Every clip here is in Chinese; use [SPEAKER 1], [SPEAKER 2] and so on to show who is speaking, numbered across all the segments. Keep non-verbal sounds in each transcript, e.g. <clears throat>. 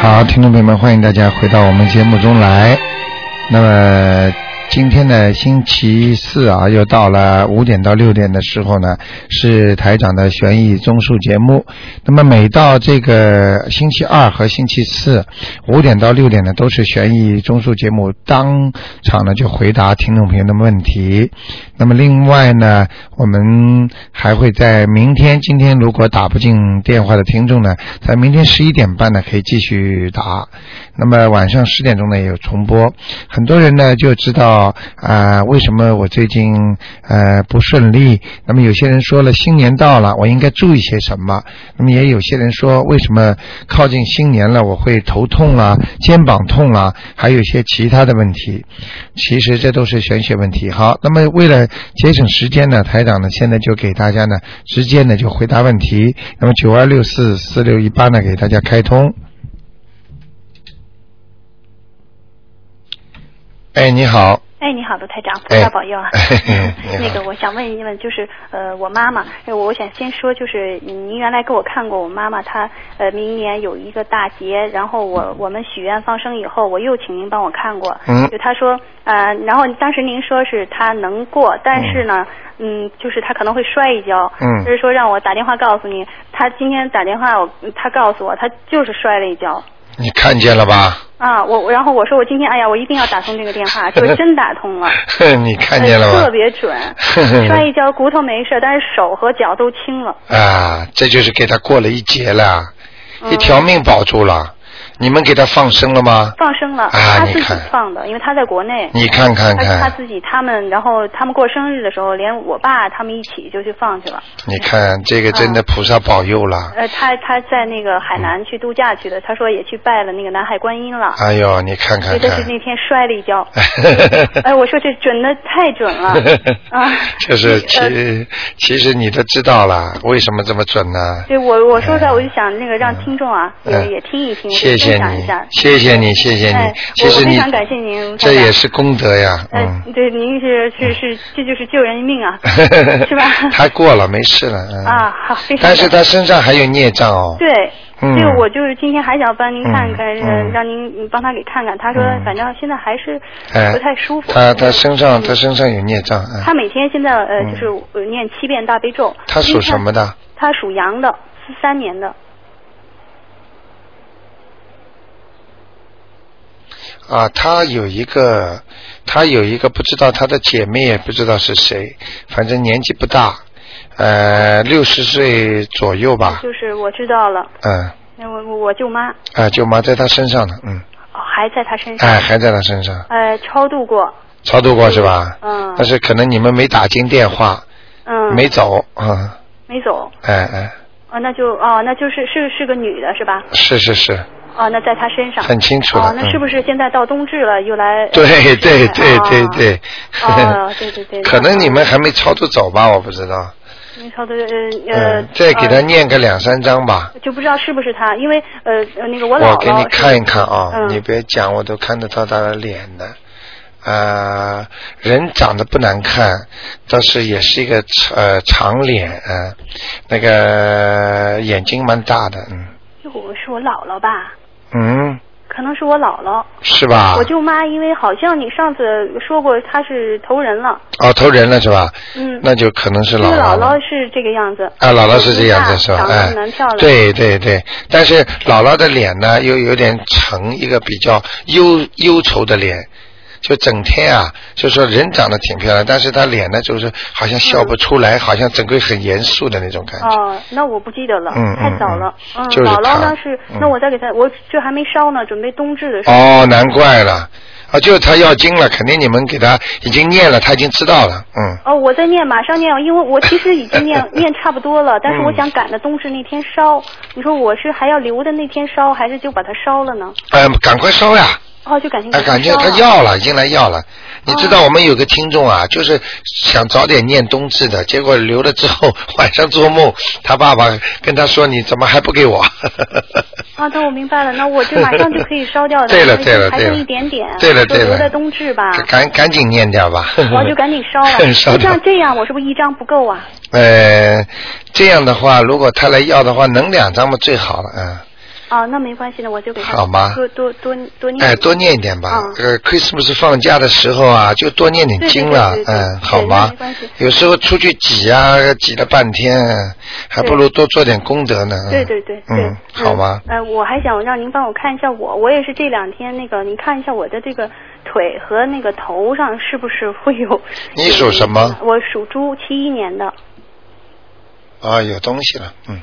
[SPEAKER 1] 好，听众朋友们，欢迎大家回到我们节目中来。那么今天呢，星期四啊，又到了五点到六点的时候呢，是台长的悬疑综述节目。那么每到这个星期二和星期四五点到六点呢，都是悬疑综述节目，当场呢就回答听众朋友的问题。那么另外呢，我们还会在明天，今天如果打不进电话的听众呢，在明天十一点半呢可以继续打。那么晚上十点钟呢也有重播。很多人呢就知道啊、呃为什么我最近呃不顺利。那么有些人说了，新年到了，我应该注意些什么？那么也有些人说，为什么靠近新年了，我会头痛啊、肩膀痛啊，还有一些其他的问题。其实这都是玄学问题。好，那么为了节省时间呢，台长呢现在就给大家呢直接呢就回答问题。那么九二六四四六一八呢给大家开通。哎，你好，
[SPEAKER 2] 哎，你好，卢台长，菩
[SPEAKER 1] 哎
[SPEAKER 2] 萨保佑啊！
[SPEAKER 1] 嘿嘿你好
[SPEAKER 2] 那个，我想问一问，就是呃，我妈妈，呃我想先说，就是您原来给我看过我妈妈，她呃明年有一个大劫，然后我我们许愿放生以后，我又请您帮我看过，
[SPEAKER 1] <laughs> 嗯
[SPEAKER 2] 就她说呃，然后当时您说是她能过，但是呢，嗯就是她可能会摔一跤，
[SPEAKER 1] 嗯
[SPEAKER 2] 就是说让我打电话告诉你，她今天打电话我，她告诉我她就是摔了一跤，
[SPEAKER 1] 你看见了吧？ <laughs>
[SPEAKER 2] 啊，我我然后我说我今天哎呀，我一定要打通这个电
[SPEAKER 1] <laughs>
[SPEAKER 2] 话，就真打通了。
[SPEAKER 1] 你看见了吧？，
[SPEAKER 2] 哎特别准
[SPEAKER 1] 嗯
[SPEAKER 2] 摔一跤骨头没事，但是手和脚都青了。
[SPEAKER 1] <laughs> 啊，这就是给他过了一劫了，
[SPEAKER 2] 嗯
[SPEAKER 1] 一条命保住了。你们给他放生了吗？
[SPEAKER 2] 放生了，
[SPEAKER 1] 啊
[SPEAKER 2] 他
[SPEAKER 1] 你
[SPEAKER 2] 自己
[SPEAKER 1] 看
[SPEAKER 2] 放的，因为他在国内。
[SPEAKER 1] 你看看
[SPEAKER 2] 他他
[SPEAKER 1] 看，
[SPEAKER 2] 自己他们，然后他们过生日的时候，连我爸他们一起就去放去了。
[SPEAKER 1] 你看这个
[SPEAKER 2] 啊
[SPEAKER 1] 真的菩萨保佑了。
[SPEAKER 2] 呃，他他在那个海南去度假去的，他说也去拜了那个南海观音了，
[SPEAKER 1] 哎呦，你看看
[SPEAKER 2] 所以他是
[SPEAKER 1] 看，
[SPEAKER 2] 那天摔了一跤。
[SPEAKER 1] <laughs>
[SPEAKER 2] 哎，我说这准的太准了啊！
[SPEAKER 1] 就是
[SPEAKER 2] 呃
[SPEAKER 1] 其其实你都知道了，为什么这么准呢？
[SPEAKER 2] 对我我说出来，我就想那个让听众啊
[SPEAKER 1] 嗯
[SPEAKER 2] 也也听一听，
[SPEAKER 1] 谢谢
[SPEAKER 2] 分享一
[SPEAKER 1] 你
[SPEAKER 2] 下，。
[SPEAKER 1] 谢谢你，谢谢你
[SPEAKER 2] 哎。
[SPEAKER 1] 其实
[SPEAKER 2] 我我非
[SPEAKER 1] 你
[SPEAKER 2] 常感谢您
[SPEAKER 1] 这
[SPEAKER 2] 台长
[SPEAKER 1] 也是功德呀，
[SPEAKER 2] 呃
[SPEAKER 1] 嗯，。
[SPEAKER 2] 对，您是是是，这就是救人一
[SPEAKER 1] <laughs>
[SPEAKER 2] 命啊，是吧？
[SPEAKER 1] 他嗯过了，没事了，嗯。
[SPEAKER 2] 啊，好，非常
[SPEAKER 1] 但是
[SPEAKER 2] 感
[SPEAKER 1] 他身上还有孽障哦。
[SPEAKER 2] 对。
[SPEAKER 1] 嗯
[SPEAKER 2] 这个我就是今天还想帮您看看，
[SPEAKER 1] 嗯
[SPEAKER 2] 呃
[SPEAKER 1] 嗯
[SPEAKER 2] 让您帮他给看看。他说
[SPEAKER 1] 嗯，
[SPEAKER 2] 反正现在还是
[SPEAKER 1] 哎
[SPEAKER 2] 不太舒服。
[SPEAKER 1] 他他身上
[SPEAKER 2] 嗯
[SPEAKER 1] 他身上有孽障，嗯
[SPEAKER 2] 他每天现在呃
[SPEAKER 1] 嗯
[SPEAKER 2] 就是呃念七遍大悲咒。
[SPEAKER 1] 他属什么
[SPEAKER 2] 的？
[SPEAKER 1] 的？
[SPEAKER 2] 他属羊的，四三年的。
[SPEAKER 1] 啊，他有一个，他有一个不知道他的姐妹也不知道是谁，反正年纪不大，呃，六十岁左右吧，
[SPEAKER 2] 就是我知道了，
[SPEAKER 1] 嗯，
[SPEAKER 2] 那我我我舅妈
[SPEAKER 1] 啊，舅妈在他身上呢，嗯，
[SPEAKER 2] 哦还在他身上，
[SPEAKER 1] 哎，还在他身上，
[SPEAKER 2] 呃，超度过，
[SPEAKER 1] 超度过是吧？
[SPEAKER 2] 嗯
[SPEAKER 1] 但是可能你们没打进电话，
[SPEAKER 2] 嗯，
[SPEAKER 1] 没走，啊、
[SPEAKER 2] 没走，
[SPEAKER 1] 哎哎，
[SPEAKER 2] 哦，那就哦，那就是是是个女的是吧？
[SPEAKER 1] 是是是，
[SPEAKER 2] 哦，那在她身上
[SPEAKER 1] 很清楚了嗯
[SPEAKER 2] 哦，那是不是现在到冬至了，又来？呃
[SPEAKER 1] 对对对对
[SPEAKER 2] 哦
[SPEAKER 1] 对，
[SPEAKER 2] 哦对
[SPEAKER 1] <laughs>
[SPEAKER 2] 对对
[SPEAKER 1] 可能你们还没超度走吧，我不知道，
[SPEAKER 2] 那差不多呃呃
[SPEAKER 1] 嗯，，再给他
[SPEAKER 2] 呃
[SPEAKER 1] 念个两三章吧。
[SPEAKER 2] 就不知道是不是她，因为呃呃那个我姥
[SPEAKER 1] 我
[SPEAKER 2] 姥
[SPEAKER 1] 给你
[SPEAKER 2] 是
[SPEAKER 1] 看一看啊，
[SPEAKER 2] 嗯
[SPEAKER 1] 你别讲，我都看得到他的脸的。呃，人长得不难看，倒是也是一个呃长脸啊、呃那个眼睛蛮大的，嗯
[SPEAKER 2] 哟是我姥姥吧？
[SPEAKER 1] 嗯，
[SPEAKER 2] 可能是我姥姥，
[SPEAKER 1] 是吧
[SPEAKER 2] 我？舅妈，因为好像你上次说过她是投人了，
[SPEAKER 1] 哦，投人了是吧？
[SPEAKER 2] 嗯，
[SPEAKER 1] 那就可能是
[SPEAKER 2] 这个
[SPEAKER 1] 姥
[SPEAKER 2] 姥
[SPEAKER 1] 了
[SPEAKER 2] 姥是这个样子，
[SPEAKER 1] 啊，姥姥是这样
[SPEAKER 2] 挺
[SPEAKER 1] 子
[SPEAKER 2] 大
[SPEAKER 1] 是吧？
[SPEAKER 2] 长得
[SPEAKER 1] 哎
[SPEAKER 2] 蛮漂，亮
[SPEAKER 1] 对对对，但是姥姥的脸呢，又有点呈一个比较忧忧愁的脸，就整天啊，就说人长得挺漂亮，但是她脸呢，就是好像笑不出来，好像整个很严肃的那种感觉。
[SPEAKER 2] 嗯哦，那我不记得了，
[SPEAKER 1] 嗯
[SPEAKER 2] 太
[SPEAKER 1] 嗯
[SPEAKER 2] 早
[SPEAKER 1] 嗯
[SPEAKER 2] 了。嗯，
[SPEAKER 1] 就是
[SPEAKER 2] 姥
[SPEAKER 1] 他
[SPEAKER 2] 姥呢是，
[SPEAKER 1] 嗯
[SPEAKER 2] 那我再给他，我这还没烧呢，准备冬至的时候。
[SPEAKER 1] 哦，难怪了，啊，就是她要经了，肯定你们给她已经念了，她已经知道了，嗯。
[SPEAKER 2] 哦，我在念，马上念，因为我其实已经
[SPEAKER 1] <laughs>
[SPEAKER 2] 念念差不多了，但
[SPEAKER 1] 嗯
[SPEAKER 2] 是我想赶着冬至那天烧。你说我是还要留着那天烧，还是就把它烧了呢？
[SPEAKER 1] 嗯，赶快烧呀！
[SPEAKER 2] 哦，就赶紧
[SPEAKER 1] 啊，
[SPEAKER 2] 给它
[SPEAKER 1] 感觉
[SPEAKER 2] 烧
[SPEAKER 1] 他
[SPEAKER 2] 了。
[SPEAKER 1] 要了，已经来要了。你知道
[SPEAKER 2] 哦
[SPEAKER 1] 我们有个听众啊，就是想早点念冬至的，结果留了之后晚上做梦，他爸爸跟他说：“你怎么还不给我
[SPEAKER 2] 啊，那我明白了，那我这马上就可以烧
[SPEAKER 1] <laughs>
[SPEAKER 2] 掉了。
[SPEAKER 1] 对了
[SPEAKER 2] 哦还
[SPEAKER 1] 对了
[SPEAKER 2] 还
[SPEAKER 1] 对
[SPEAKER 2] 剩
[SPEAKER 1] 了
[SPEAKER 2] 一点点。
[SPEAKER 1] 对了
[SPEAKER 2] 就
[SPEAKER 1] 对了
[SPEAKER 2] 留在冬至吧。？”
[SPEAKER 1] 赶赶紧念掉吧。
[SPEAKER 2] 我就赶紧烧
[SPEAKER 1] <laughs>
[SPEAKER 2] 了。
[SPEAKER 1] 烧
[SPEAKER 2] 那
[SPEAKER 1] 掉
[SPEAKER 2] 像。这样，我是不是一张不够啊？
[SPEAKER 1] 呃，这样的话，如果他来要的话，能两张嘛最好了啊。
[SPEAKER 2] 哦，那没关系的，我就给他
[SPEAKER 1] 好吗
[SPEAKER 2] 多多多多念。
[SPEAKER 1] 哎，多念一点吧。
[SPEAKER 2] 嗯
[SPEAKER 1] 这个 Christmas 放假的时候啊，就多念点经了，
[SPEAKER 2] 对对对对对
[SPEAKER 1] 嗯，好吗
[SPEAKER 2] 没关系？
[SPEAKER 1] 有时候出去挤啊，挤了半天，还不如多做点功德呢。嗯
[SPEAKER 2] 对对对对，
[SPEAKER 1] 嗯，好吗？
[SPEAKER 2] 呃，我还想让您帮我看一下我，我也是这两天那个，您看一下我的这个腿和那个头上是不是会有？
[SPEAKER 1] <laughs>
[SPEAKER 2] 嗯
[SPEAKER 1] 你属什么？
[SPEAKER 2] 我属猪，七一年的。
[SPEAKER 1] 啊，有东西了，嗯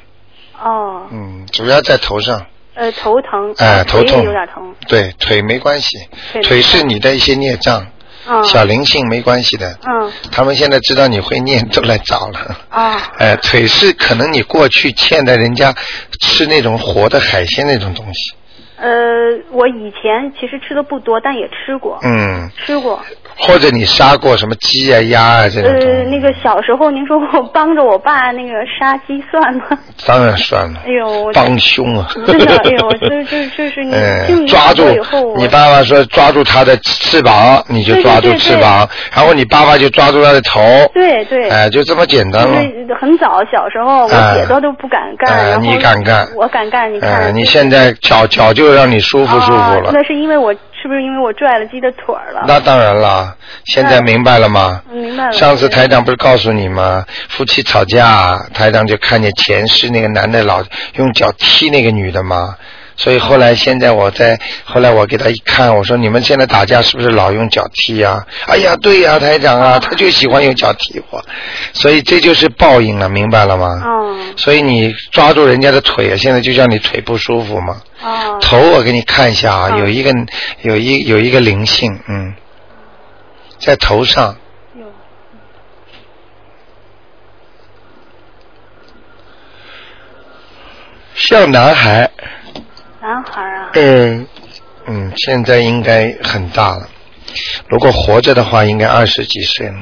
[SPEAKER 2] 哦，
[SPEAKER 1] 嗯，主要在头上，
[SPEAKER 2] 呃，头疼，
[SPEAKER 1] 哎，
[SPEAKER 2] 腿
[SPEAKER 1] 头
[SPEAKER 2] 也
[SPEAKER 1] 痛
[SPEAKER 2] 有点疼，，
[SPEAKER 1] 对，腿没关系，
[SPEAKER 2] 腿没
[SPEAKER 1] 腿是你的一些孽障，
[SPEAKER 2] 嗯，
[SPEAKER 1] 小灵性没关系的。
[SPEAKER 2] 嗯，
[SPEAKER 1] 他们现在知道你会念， <laughs> 都来找了。
[SPEAKER 2] 哦，
[SPEAKER 1] 哎，腿是可能你过去欠的人家吃那种活的海鲜那种东西，
[SPEAKER 2] 呃，我以前其实吃的不多，但也吃过，
[SPEAKER 1] 嗯，
[SPEAKER 2] 吃过，
[SPEAKER 1] 或者你杀过什么鸡啊、鸭啊这种东西，
[SPEAKER 2] 呃，那个小时候您说我帮着我爸那个杀鸡算吗？
[SPEAKER 1] 当然算了，
[SPEAKER 2] 哎呦，我
[SPEAKER 1] 帮凶啊！
[SPEAKER 2] <laughs> 真的，
[SPEAKER 1] <laughs>
[SPEAKER 2] 哎呦，这这这是你
[SPEAKER 1] 嗯，
[SPEAKER 2] 就
[SPEAKER 1] 抓住
[SPEAKER 2] 以后我，
[SPEAKER 1] 你爸爸说抓住他的翅膀，你就
[SPEAKER 2] 对对
[SPEAKER 1] 抓住
[SPEAKER 2] 对
[SPEAKER 1] 翅
[SPEAKER 2] 对
[SPEAKER 1] 膀，然后你爸爸就抓住他的头，
[SPEAKER 2] 对对，
[SPEAKER 1] 哎，就这么简单了。
[SPEAKER 2] 就是很早小时候，我
[SPEAKER 1] 哎
[SPEAKER 2] 姐都都不敢干，
[SPEAKER 1] 哎
[SPEAKER 2] 然后
[SPEAKER 1] 你敢干
[SPEAKER 2] 我敢干，你看、
[SPEAKER 1] 哎，你现在脚脚就让你舒服舒服
[SPEAKER 2] 啊
[SPEAKER 1] 了，
[SPEAKER 2] 那是因为我是不是因为我拽了鸡的腿儿了？
[SPEAKER 1] 那当然啦，现在明白了吗？
[SPEAKER 2] 嗯明白了。
[SPEAKER 1] 上次台长不是告诉你吗？夫妻吵架，台长就看见前世那个男的老用脚踢那个女的嘛，所以后来现在我在后来我给他一看，我说你们现在打架是不是老用脚踢啊？哎呀，对呀、台长
[SPEAKER 2] 嗯
[SPEAKER 1] 啊，他就喜欢用脚踢我，所以这就是报应了，明白了吗？
[SPEAKER 2] 嗯
[SPEAKER 1] 所以你抓住人家的腿，啊现在就让你腿不舒服嘛。
[SPEAKER 2] 哦，
[SPEAKER 1] 头我给你看一下啊，
[SPEAKER 2] 嗯
[SPEAKER 1] 有一个有一有一个灵性，嗯，在头上，
[SPEAKER 2] 哟
[SPEAKER 1] 像男孩，
[SPEAKER 2] 男孩儿啊，
[SPEAKER 1] 嗯嗯，现在应该很大了。如果活着的话，应该二十几岁了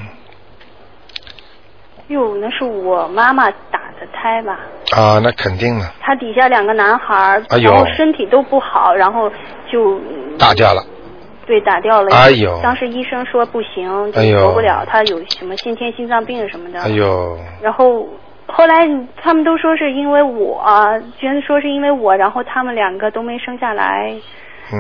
[SPEAKER 2] 哟，那是我妈妈打的胎吧？
[SPEAKER 1] 啊，那肯定了，
[SPEAKER 2] 她底下两个男孩儿，
[SPEAKER 1] 哎呦
[SPEAKER 2] 然后身体都不好，然后就
[SPEAKER 1] 打架了。
[SPEAKER 2] 对，打掉了。
[SPEAKER 1] 哎呦
[SPEAKER 2] 当时医生说不行，就
[SPEAKER 1] 哎呦
[SPEAKER 2] 活不了，他有什么先天心脏病什么的。
[SPEAKER 1] 哎呦，
[SPEAKER 2] 然后后来嗯他们都说是因为我，居然说是因为我，然后他们两个都没生下来，
[SPEAKER 1] 嗯哎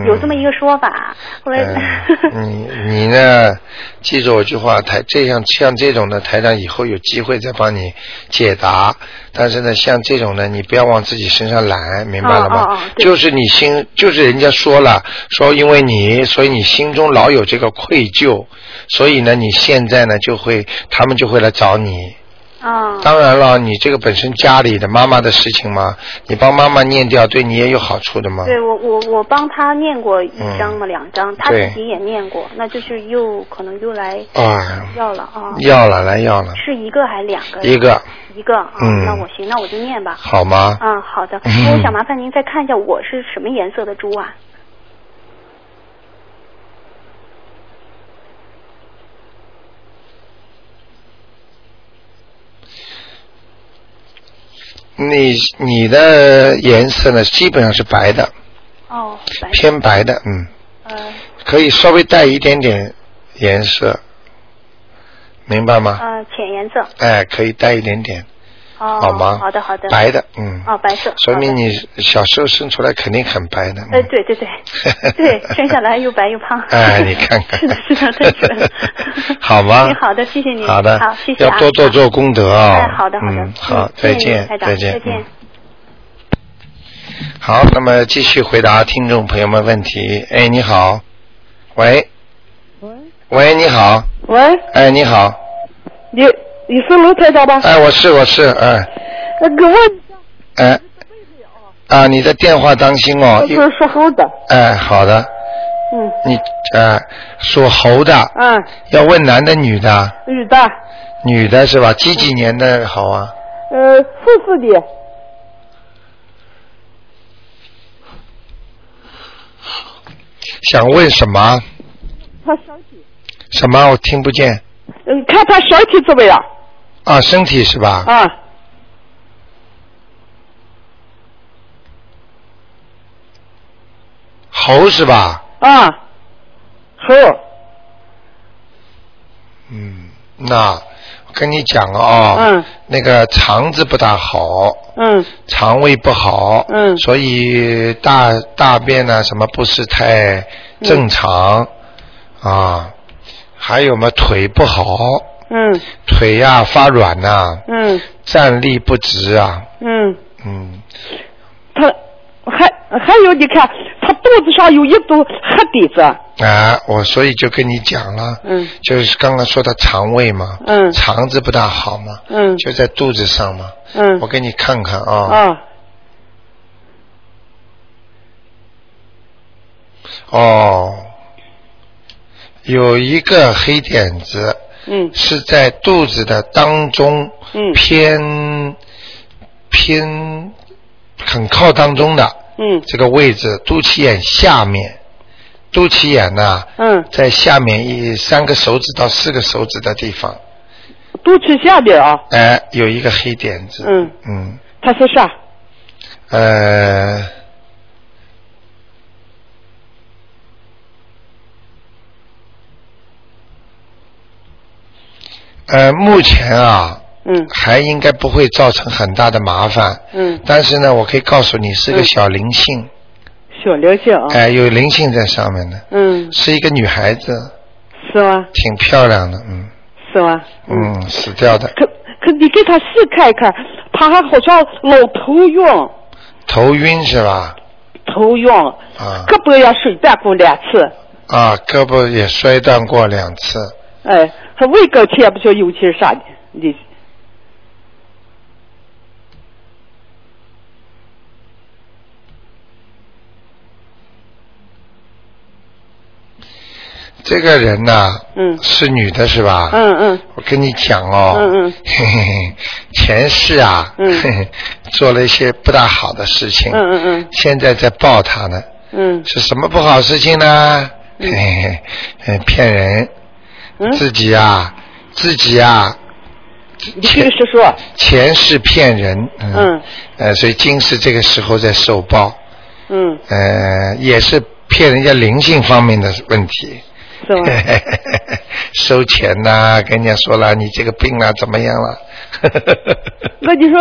[SPEAKER 2] 有这么一个说法。 <laughs> 后来， <laughs>
[SPEAKER 1] 嗯，你你呢？记住我句话，台这样像这种的台长以后有机会再帮你解答。但是呢，像这种呢，你不要往自己身上揽，明白了吗？
[SPEAKER 2] 哦哦哦对
[SPEAKER 1] 就是你心，就是人家说了，说因为你，所以你心中老有这个愧疚，所以呢，你现在呢就会，他们就会来找你。
[SPEAKER 2] 啊、
[SPEAKER 1] 当然了，你这个本身家里的妈妈的事情嘛，你帮妈妈念掉，对你也有好处的嘛。
[SPEAKER 2] 对我我我帮他念过一张嘛、两张，他
[SPEAKER 1] 嗯对
[SPEAKER 2] 自己也念过，那就是又可能又来
[SPEAKER 1] 啊，
[SPEAKER 2] 要了啊。
[SPEAKER 1] 要了，来要了，
[SPEAKER 2] 是一个还两个？
[SPEAKER 1] 一个
[SPEAKER 2] 一个啊，
[SPEAKER 1] 嗯
[SPEAKER 2] 那我行，那我就念吧。
[SPEAKER 1] 好吗？
[SPEAKER 2] 嗯，好的。
[SPEAKER 1] 嗯
[SPEAKER 2] 我想麻烦您再看一下我是什么颜色的猪啊？
[SPEAKER 1] 你你的颜色呢，基本上是白的，
[SPEAKER 2] 哦，白色。
[SPEAKER 1] 偏白的，嗯，
[SPEAKER 2] 呃
[SPEAKER 1] 可以稍微带一点点颜色，明白吗？
[SPEAKER 2] 呃，浅颜色。
[SPEAKER 1] 哎，可以带一点点，
[SPEAKER 2] 哦，
[SPEAKER 1] 好吗？
[SPEAKER 2] 好的，好的。
[SPEAKER 1] 白的，嗯，
[SPEAKER 2] 哦，白色。
[SPEAKER 1] 说明
[SPEAKER 2] 好的。
[SPEAKER 1] 你小时候生出来肯定很白的。嗯
[SPEAKER 2] 呃，对对对， <laughs> 对，生下来又白又胖。
[SPEAKER 1] <laughs> 哎，你看看。。
[SPEAKER 2] <laughs> 是的，是的，太准了
[SPEAKER 1] <laughs> 好
[SPEAKER 2] <laughs>
[SPEAKER 1] 吗
[SPEAKER 2] 哎？好的，谢谢您。
[SPEAKER 1] 好的，
[SPEAKER 2] 好，谢谢啊。
[SPEAKER 1] 要多做做功德啊。
[SPEAKER 2] 哎，好的，好的。
[SPEAKER 1] 嗯，好，
[SPEAKER 2] 谢
[SPEAKER 1] 再
[SPEAKER 2] 谢您
[SPEAKER 1] 见，
[SPEAKER 2] 台长
[SPEAKER 1] 再见，
[SPEAKER 2] 再见
[SPEAKER 1] 嗯。好，那么继续回答听众朋友们问题。哎，你好，喂，
[SPEAKER 3] 喂
[SPEAKER 1] 喂，你好，
[SPEAKER 3] 喂，
[SPEAKER 1] 哎，你好，
[SPEAKER 3] 你你是卢台长吧？呃
[SPEAKER 1] 哎，我是我是，哎，
[SPEAKER 3] 那个问
[SPEAKER 1] 哎，啊，你的电话当心哦，一
[SPEAKER 3] 呃是属猴的，
[SPEAKER 1] 哎，好的，
[SPEAKER 3] 嗯
[SPEAKER 1] 你呃，属猴的，
[SPEAKER 3] 啊，
[SPEAKER 1] 要问男的女的，
[SPEAKER 3] 女的，
[SPEAKER 1] 女的是吧？几几年的好啊？
[SPEAKER 3] 呃，四四的，
[SPEAKER 1] 想问什么？
[SPEAKER 3] 她身体，
[SPEAKER 1] 什么？我听不见
[SPEAKER 3] 嗯，看她身体怎么样
[SPEAKER 1] 啊，身体是吧？
[SPEAKER 3] 啊？
[SPEAKER 1] 猴是吧？
[SPEAKER 3] 啊，猴，
[SPEAKER 1] 嗯，那我跟你讲啊、啊
[SPEAKER 3] 嗯
[SPEAKER 1] 那个肠子不大好，
[SPEAKER 3] 嗯
[SPEAKER 1] 肠胃不好，
[SPEAKER 3] 嗯
[SPEAKER 1] 所以大大便呢、什么不是太正常、啊，还有嘛腿不好，
[SPEAKER 3] 嗯
[SPEAKER 1] 腿呀、发软呐、
[SPEAKER 3] 嗯
[SPEAKER 1] 站立不直啊，
[SPEAKER 3] 嗯，
[SPEAKER 1] 嗯，
[SPEAKER 3] 他还还有你看，他肚子上有一堵黑点子。
[SPEAKER 1] 啊，我所以就跟你讲了，
[SPEAKER 3] 嗯
[SPEAKER 1] 就是刚刚说的肠胃嘛，
[SPEAKER 3] 嗯
[SPEAKER 1] 肠子不大好嘛，
[SPEAKER 3] 嗯
[SPEAKER 1] 就在肚子上嘛，
[SPEAKER 3] 嗯
[SPEAKER 1] 我给你看看啊，
[SPEAKER 3] 啊
[SPEAKER 1] 哦，有一个黑点子
[SPEAKER 3] 嗯
[SPEAKER 1] 是在肚子的当中，
[SPEAKER 3] 嗯
[SPEAKER 1] 偏偏很靠当中的
[SPEAKER 3] 嗯
[SPEAKER 1] 这个位置，肚脐眼下面，肚脐眼呐、
[SPEAKER 3] 嗯，
[SPEAKER 1] 在下面一三个手指到四个手指的地方，
[SPEAKER 3] 肚脐下边啊，
[SPEAKER 1] 哎、有一个黑点子，
[SPEAKER 3] 嗯
[SPEAKER 1] 嗯，
[SPEAKER 3] 他是啥？
[SPEAKER 1] 呃，呃，目前啊，
[SPEAKER 3] 嗯
[SPEAKER 1] 还应该不会造成很大的麻烦，
[SPEAKER 3] 嗯，
[SPEAKER 1] 但是呢，我可以告诉你是个小灵性，
[SPEAKER 3] 小灵性啊
[SPEAKER 1] 哎、，有灵性在上面的，
[SPEAKER 3] 嗯，
[SPEAKER 1] 是一个女孩子，
[SPEAKER 3] 是吗？
[SPEAKER 1] 挺漂亮的，嗯
[SPEAKER 3] 是吗？
[SPEAKER 1] 嗯，死掉的，
[SPEAKER 3] 可可你给他细看一看，他还好像老头晕，
[SPEAKER 1] 头晕是吧？
[SPEAKER 3] 头晕，
[SPEAKER 1] 啊
[SPEAKER 3] 胳膊也摔断过两次，
[SPEAKER 1] 啊，胳膊也摔断过两次，
[SPEAKER 3] 哎，还胃跟前不晓得有气儿啥的，你
[SPEAKER 1] 这个人呐、
[SPEAKER 3] 嗯
[SPEAKER 1] 是女的是吧？
[SPEAKER 3] 嗯嗯
[SPEAKER 1] 我跟你讲哦，
[SPEAKER 3] 嗯嗯
[SPEAKER 1] 嘿嘿嘿， <laughs> 前世啊，
[SPEAKER 3] 嗯
[SPEAKER 1] 嘿嘿， <laughs> 做了一些不大好的事情，
[SPEAKER 3] 嗯嗯
[SPEAKER 1] 现在在报他呢，
[SPEAKER 3] 嗯
[SPEAKER 1] 是什么不好事情呢？嘿嘿嘿，呃骗人，
[SPEAKER 3] 嗯，
[SPEAKER 1] 自己啊，自己啊，
[SPEAKER 3] 你听师说，
[SPEAKER 1] 前世骗人，
[SPEAKER 3] 嗯
[SPEAKER 1] 呃，所以今世这个时候在受报，
[SPEAKER 3] 嗯，
[SPEAKER 1] 呃，也是骗人家灵性方面的问题，
[SPEAKER 3] 是吗？
[SPEAKER 1] <laughs> 收钱呐、跟人家说了你这个病啊怎么样了？
[SPEAKER 3] 那你说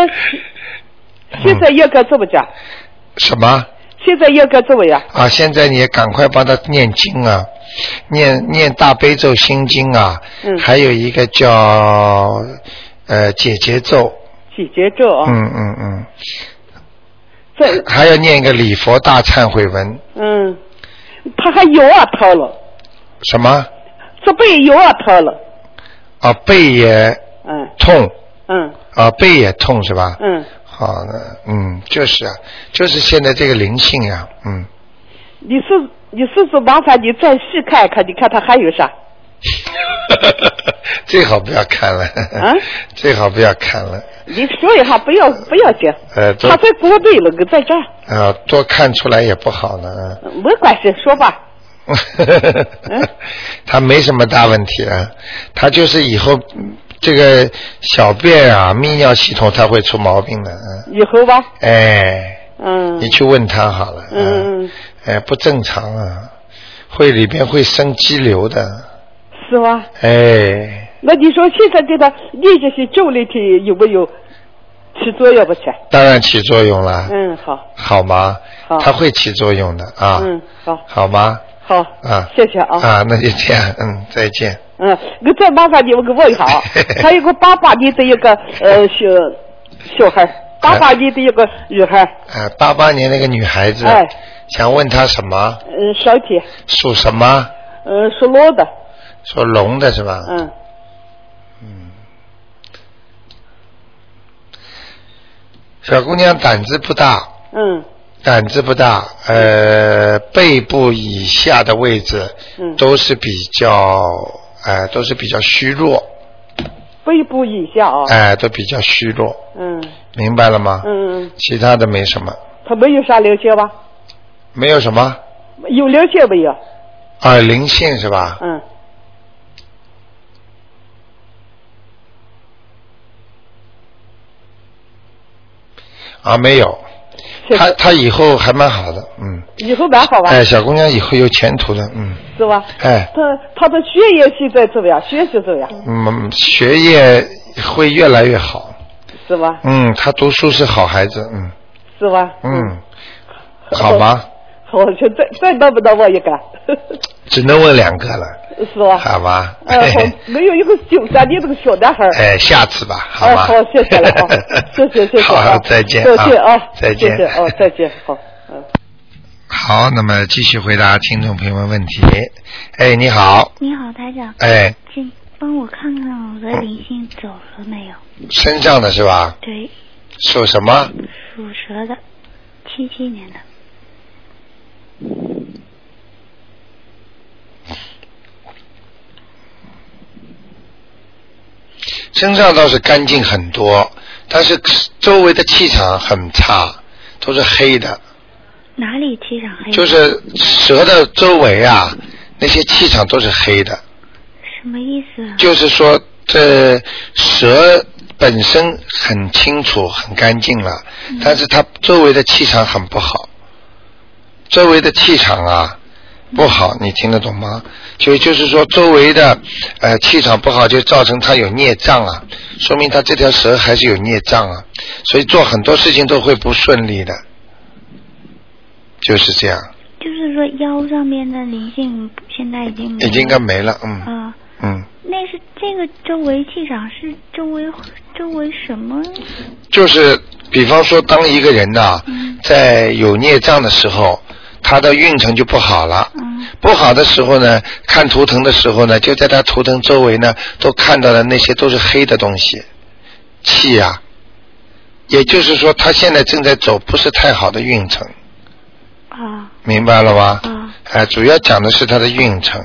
[SPEAKER 3] 现在应该怎么讲？
[SPEAKER 1] <laughs> 什么
[SPEAKER 3] 现在应该怎么样？
[SPEAKER 1] 啊？现在你也赶快帮他念经啊，念念大悲咒心经啊，
[SPEAKER 3] 嗯
[SPEAKER 1] 还有一个叫呃解结咒，
[SPEAKER 3] 解决这啊，
[SPEAKER 1] 嗯嗯嗯，
[SPEAKER 3] 这
[SPEAKER 1] 还要念一个礼佛大忏悔文，
[SPEAKER 3] 嗯，他还腰啊疼了，
[SPEAKER 1] 什么
[SPEAKER 3] 这背腰啊疼了，
[SPEAKER 1] 啊背也
[SPEAKER 3] 嗯
[SPEAKER 1] 痛
[SPEAKER 3] 嗯
[SPEAKER 1] 啊背也痛是吧？
[SPEAKER 3] 嗯，
[SPEAKER 1] 好的，嗯，就是啊，就是现在这个灵性呀、嗯。
[SPEAKER 3] 你是你是不是麻烦你再细看一看，你看他还有啥？
[SPEAKER 1] <laughs> 最好不要看了，
[SPEAKER 3] 啊
[SPEAKER 1] <laughs> 最好不要看了，
[SPEAKER 3] 你说一下，不要不要紧。
[SPEAKER 1] 呃都
[SPEAKER 3] 他在国内了，我在这儿，
[SPEAKER 1] 啊、多看出来也不好
[SPEAKER 3] <laughs>
[SPEAKER 1] 呢。
[SPEAKER 3] 没关系，说吧。
[SPEAKER 1] 嗯 <laughs> 他没什么大问题啊，他就是以后嗯这个小便啊、泌尿系统他会出毛病的，嗯，
[SPEAKER 3] 以后吧，
[SPEAKER 1] 哎，
[SPEAKER 3] 嗯
[SPEAKER 1] 你去问他好了，
[SPEAKER 3] 嗯嗯，
[SPEAKER 1] 哎，不正常啊，会里边会生肌瘤的，
[SPEAKER 3] 是吧？
[SPEAKER 1] 哎，
[SPEAKER 3] 那你说现在对他念这些咒里头有没有起作用不起？
[SPEAKER 1] 当然起作用了，
[SPEAKER 3] 嗯，好，
[SPEAKER 1] 好吗？
[SPEAKER 3] 好
[SPEAKER 1] 它会起作用的啊，
[SPEAKER 3] 嗯，好，
[SPEAKER 1] 好吗？
[SPEAKER 3] 好，
[SPEAKER 1] 啊，
[SPEAKER 3] 谢谢啊，
[SPEAKER 1] 啊，那就这样，嗯，再见。，
[SPEAKER 3] 嗯，我再麻烦你，我给问一下啊
[SPEAKER 1] <laughs>
[SPEAKER 3] 还有个八八年的一个呃小小孩儿，八八年的一个女孩儿，
[SPEAKER 1] 啊，八八年那个女孩子，
[SPEAKER 3] 哎
[SPEAKER 1] 想问她什么？
[SPEAKER 3] 嗯，身体，
[SPEAKER 1] 属什么？
[SPEAKER 3] 嗯，属老的，
[SPEAKER 1] 属龙的是吧？
[SPEAKER 3] 嗯，
[SPEAKER 1] 小姑娘胆子不大，
[SPEAKER 3] 嗯，
[SPEAKER 1] 胆子不大，呃，背部以下的位置，
[SPEAKER 3] 嗯
[SPEAKER 1] 都是比较，呃，都是比较虚弱，
[SPEAKER 3] 背部以下啊，
[SPEAKER 1] 哎、都比较虚弱，
[SPEAKER 3] 嗯
[SPEAKER 1] 明白了吗？
[SPEAKER 3] 嗯，
[SPEAKER 1] 其他的没什么，
[SPEAKER 3] 他没有啥灵性吧？
[SPEAKER 1] 没有什么，
[SPEAKER 3] 有灵性没有？
[SPEAKER 1] 啊，灵性是吧？
[SPEAKER 3] 嗯，嗯
[SPEAKER 1] 啊，没有，
[SPEAKER 3] 谢
[SPEAKER 1] 她
[SPEAKER 3] 谢，
[SPEAKER 1] 她以后还蛮好的，嗯，
[SPEAKER 3] 以后蛮好吧？
[SPEAKER 1] 哎，小姑娘以后有前途的，嗯，
[SPEAKER 3] 是吧？
[SPEAKER 1] 哎，
[SPEAKER 3] 他他的学业现在怎么样？学习怎么样？
[SPEAKER 1] 嗯，学业会越来越好，
[SPEAKER 3] 是吧？
[SPEAKER 1] 嗯，他读书是好孩子，嗯
[SPEAKER 3] 是吧？
[SPEAKER 1] 嗯，好吧，
[SPEAKER 3] 好，就再再轮不到我一个， <laughs>
[SPEAKER 1] 只能问两个了，
[SPEAKER 3] 是吧？
[SPEAKER 1] 好吧？ <laughs>
[SPEAKER 3] 呃，好，我有一个九三年这个小男孩儿。
[SPEAKER 1] 哎，下次吧，好
[SPEAKER 3] 哎，
[SPEAKER 1] 吧？
[SPEAKER 3] 好，谢谢了，
[SPEAKER 1] <laughs>
[SPEAKER 3] 好，谢谢，谢谢，
[SPEAKER 1] 好
[SPEAKER 3] 啊，
[SPEAKER 1] 再见，
[SPEAKER 3] 再见
[SPEAKER 1] 啊
[SPEAKER 3] 啊，，
[SPEAKER 1] 再见，
[SPEAKER 3] 谢谢哦，再见，好，嗯。
[SPEAKER 1] 好，那么继续回答听众朋友们问题。哎，你好，
[SPEAKER 4] 你好，台长，
[SPEAKER 1] 哎，
[SPEAKER 4] 请帮我看看我的灵性走了没有？
[SPEAKER 1] 身上的是吧？
[SPEAKER 4] 对，
[SPEAKER 1] 属什么？
[SPEAKER 4] 属蛇的，七七年的，
[SPEAKER 1] 身上倒是干净很多，但是周围的气场很差，都是黑的，
[SPEAKER 4] 哪里气场黑？
[SPEAKER 1] 就是蛇的周围啊，那些气场都是黑的。
[SPEAKER 4] 什么意思啊？
[SPEAKER 1] 就是说，这蛇本身很清楚、很干净了，但是它周围的气场很不好，周围的气场啊不好，你听得懂吗？所以就是说，周围的呃气场不好，就造成它有孽障啊，说明它这条蛇还是有孽障啊，所以做很多事情都会不顺利的，就是这样，
[SPEAKER 4] 就是说腰上面的灵性现在已经没有
[SPEAKER 1] 已经应该没了，嗯
[SPEAKER 4] 啊、
[SPEAKER 1] 嗯。
[SPEAKER 4] 那是这个周围气场是周围周围什么？
[SPEAKER 1] 就是比方说，当一个人呐、
[SPEAKER 4] 嗯
[SPEAKER 1] 在有孽障的时候，他的运程就不好了。
[SPEAKER 4] 嗯
[SPEAKER 1] 不好的时候呢，看图腾的时候呢，就在他图腾周围呢，都看到了那些都是黑的东西，气呀、也就是说，他现在正在走不是太好的运程，
[SPEAKER 4] 啊
[SPEAKER 1] 明白了吗？
[SPEAKER 4] 啊
[SPEAKER 1] 哎，主要讲的是他的运程。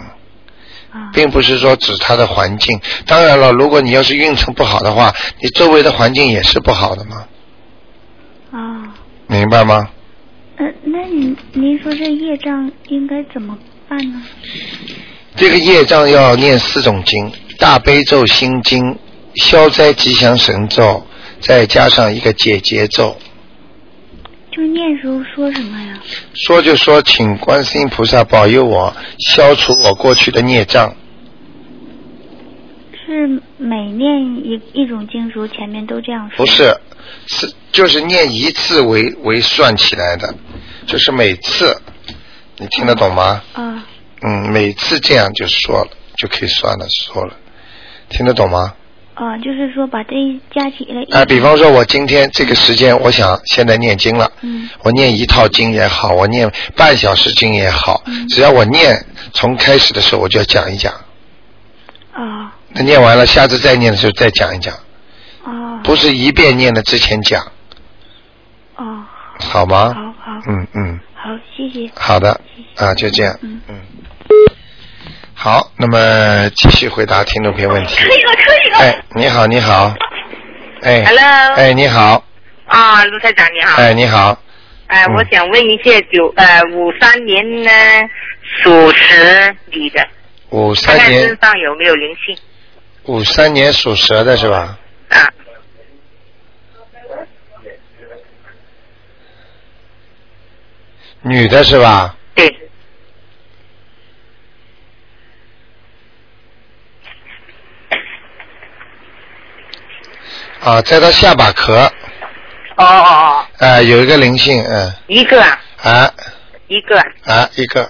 [SPEAKER 4] 啊
[SPEAKER 1] 并不是说指它的环境。当然了，如果你要是运程不好的话，你周围的环境也是不好的嘛，
[SPEAKER 4] 啊！
[SPEAKER 1] 明白吗？
[SPEAKER 4] 呃，那您您说这业障应该怎么办呢？
[SPEAKER 1] 这个业障要念四种经：大悲咒、心经、消灾吉祥神咒，再加上一个解结咒。
[SPEAKER 4] 就念时候说什么呀？
[SPEAKER 1] 说就说，请观世音菩萨保佑我，消除我过去的孽障。
[SPEAKER 4] 是每念一一种经书前面都这样
[SPEAKER 1] 不
[SPEAKER 4] 说？
[SPEAKER 1] 是，是就是念一次为为算起来的，就是每次，你听得懂吗？
[SPEAKER 4] 啊
[SPEAKER 1] 嗯，每次这样就说了，就可以算了说了，听得懂吗？
[SPEAKER 4] 啊，就是说把这一加起来一。
[SPEAKER 1] 啊，比方说，我今天这个时间，我想现在念经了，
[SPEAKER 4] 嗯
[SPEAKER 1] 我念一套经也好，我念半小时经也好，
[SPEAKER 4] 嗯
[SPEAKER 1] 只要我念，从开始的时候我就要讲一讲，
[SPEAKER 4] 啊
[SPEAKER 1] 那念完了，下次再念的时候再讲一讲，
[SPEAKER 4] 啊
[SPEAKER 1] 不是一遍念的之前讲，
[SPEAKER 4] 啊！
[SPEAKER 1] 好吗？
[SPEAKER 4] 好好
[SPEAKER 1] 嗯嗯，
[SPEAKER 4] 好，谢谢。
[SPEAKER 1] 好的，啊，就这样，
[SPEAKER 4] 嗯
[SPEAKER 1] 嗯。好，那么继续回答听众朋友问题。哎，你好，你好。哎。
[SPEAKER 5] Hello
[SPEAKER 1] 哎，你好。
[SPEAKER 5] 啊，卢台长你好。
[SPEAKER 1] 哎，你好。
[SPEAKER 5] 哎、
[SPEAKER 1] 嗯
[SPEAKER 5] 我想问一下九呃五三年呢属蛇女的，
[SPEAKER 1] 五
[SPEAKER 5] 看
[SPEAKER 1] 三
[SPEAKER 5] 看
[SPEAKER 1] 年
[SPEAKER 5] 身，上有没有灵性
[SPEAKER 1] 五三年属蛇的是吧？
[SPEAKER 5] 啊？
[SPEAKER 1] 女的是吧？
[SPEAKER 5] 对，
[SPEAKER 1] 啊，在她下巴壳，
[SPEAKER 5] 哦哦哦，
[SPEAKER 1] 哎，有一个灵性，嗯，
[SPEAKER 5] 一个啊，
[SPEAKER 1] 啊
[SPEAKER 5] 一个啊，
[SPEAKER 1] 啊，一个，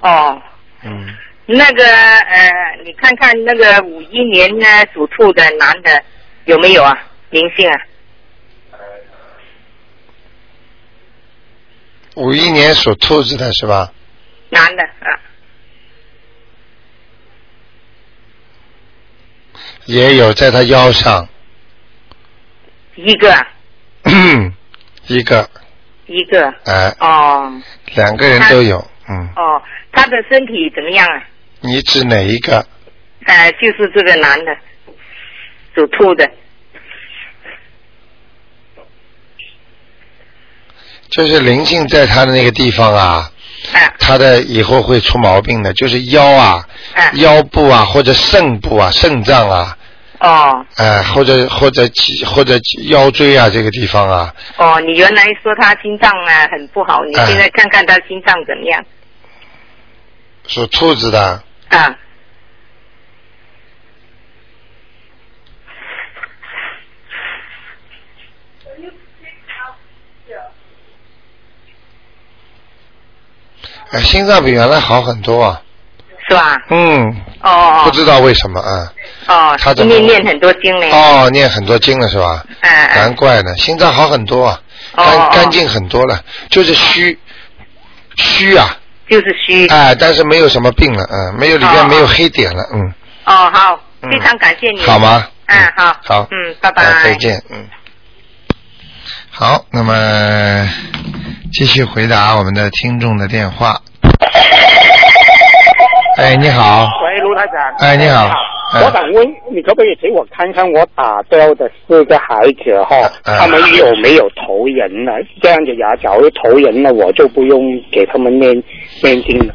[SPEAKER 5] 哦，
[SPEAKER 1] 嗯，
[SPEAKER 5] 那个呃，你看看那个五一年呢属兔的男的有没有啊灵性啊？
[SPEAKER 1] 五一年属兔子的是吧？
[SPEAKER 5] 男的啊，
[SPEAKER 1] 也有在她腰上， <clears throat>
[SPEAKER 5] 一个啊，
[SPEAKER 1] 一个，
[SPEAKER 5] 一个啊，
[SPEAKER 1] 哎，
[SPEAKER 5] 哦
[SPEAKER 1] 两个人都有，嗯，
[SPEAKER 5] 哦，他的身体怎么样啊？
[SPEAKER 1] 你指哪一个？
[SPEAKER 5] 呃，就是这个男的，属兔的。
[SPEAKER 1] 就是灵性在她的那个地方啊，
[SPEAKER 5] 啊
[SPEAKER 1] 她的以后会出毛病的，就是腰啊、
[SPEAKER 5] 啊
[SPEAKER 1] 腰部啊或者肾部啊、肾脏啊，
[SPEAKER 5] 哦
[SPEAKER 1] 哎，或者或者脊或者脊腰椎啊这个地方啊，
[SPEAKER 5] 哦，你原来说他心脏啊很不好，你
[SPEAKER 1] 哎
[SPEAKER 5] 现在看看他心脏怎么样
[SPEAKER 1] 属兔子的，
[SPEAKER 5] 啊？
[SPEAKER 1] 哎，心脏比原来好很多啊。
[SPEAKER 5] 是吧？
[SPEAKER 1] 嗯，
[SPEAKER 5] 哦哦
[SPEAKER 1] 不知道为什么啊？
[SPEAKER 5] 哦，
[SPEAKER 1] 他怎么
[SPEAKER 5] 念念很多经嘞？
[SPEAKER 1] 哦，念很多经了是吧？
[SPEAKER 5] 哎哎
[SPEAKER 1] 难怪呢，心脏好很多啊，
[SPEAKER 5] 哦
[SPEAKER 1] 干
[SPEAKER 5] 哦
[SPEAKER 1] 干净很多了，就是虚，虚啊，
[SPEAKER 5] 就是虚。
[SPEAKER 1] 哎，但是没有什么病了，嗯，没有里
[SPEAKER 5] 哦
[SPEAKER 1] 面
[SPEAKER 5] 哦
[SPEAKER 1] 没有黑点了，嗯，
[SPEAKER 5] 哦，好，
[SPEAKER 1] 嗯
[SPEAKER 5] 非常感谢你。
[SPEAKER 1] 好？吗？
[SPEAKER 5] 嗯，好。
[SPEAKER 1] 好，
[SPEAKER 5] 嗯，拜拜。
[SPEAKER 1] 哎再见，嗯。好，那么继续回答我们的听众的电话。哎，你好，
[SPEAKER 6] 喂，卢台长。
[SPEAKER 1] 哎你好哎
[SPEAKER 6] 我想问你可不可以给我看看我打掉的四个孩子哈、
[SPEAKER 1] 嗯
[SPEAKER 6] 他们有没有投人呢？这样子呀，假如投人了，我就不用给他们念念经了。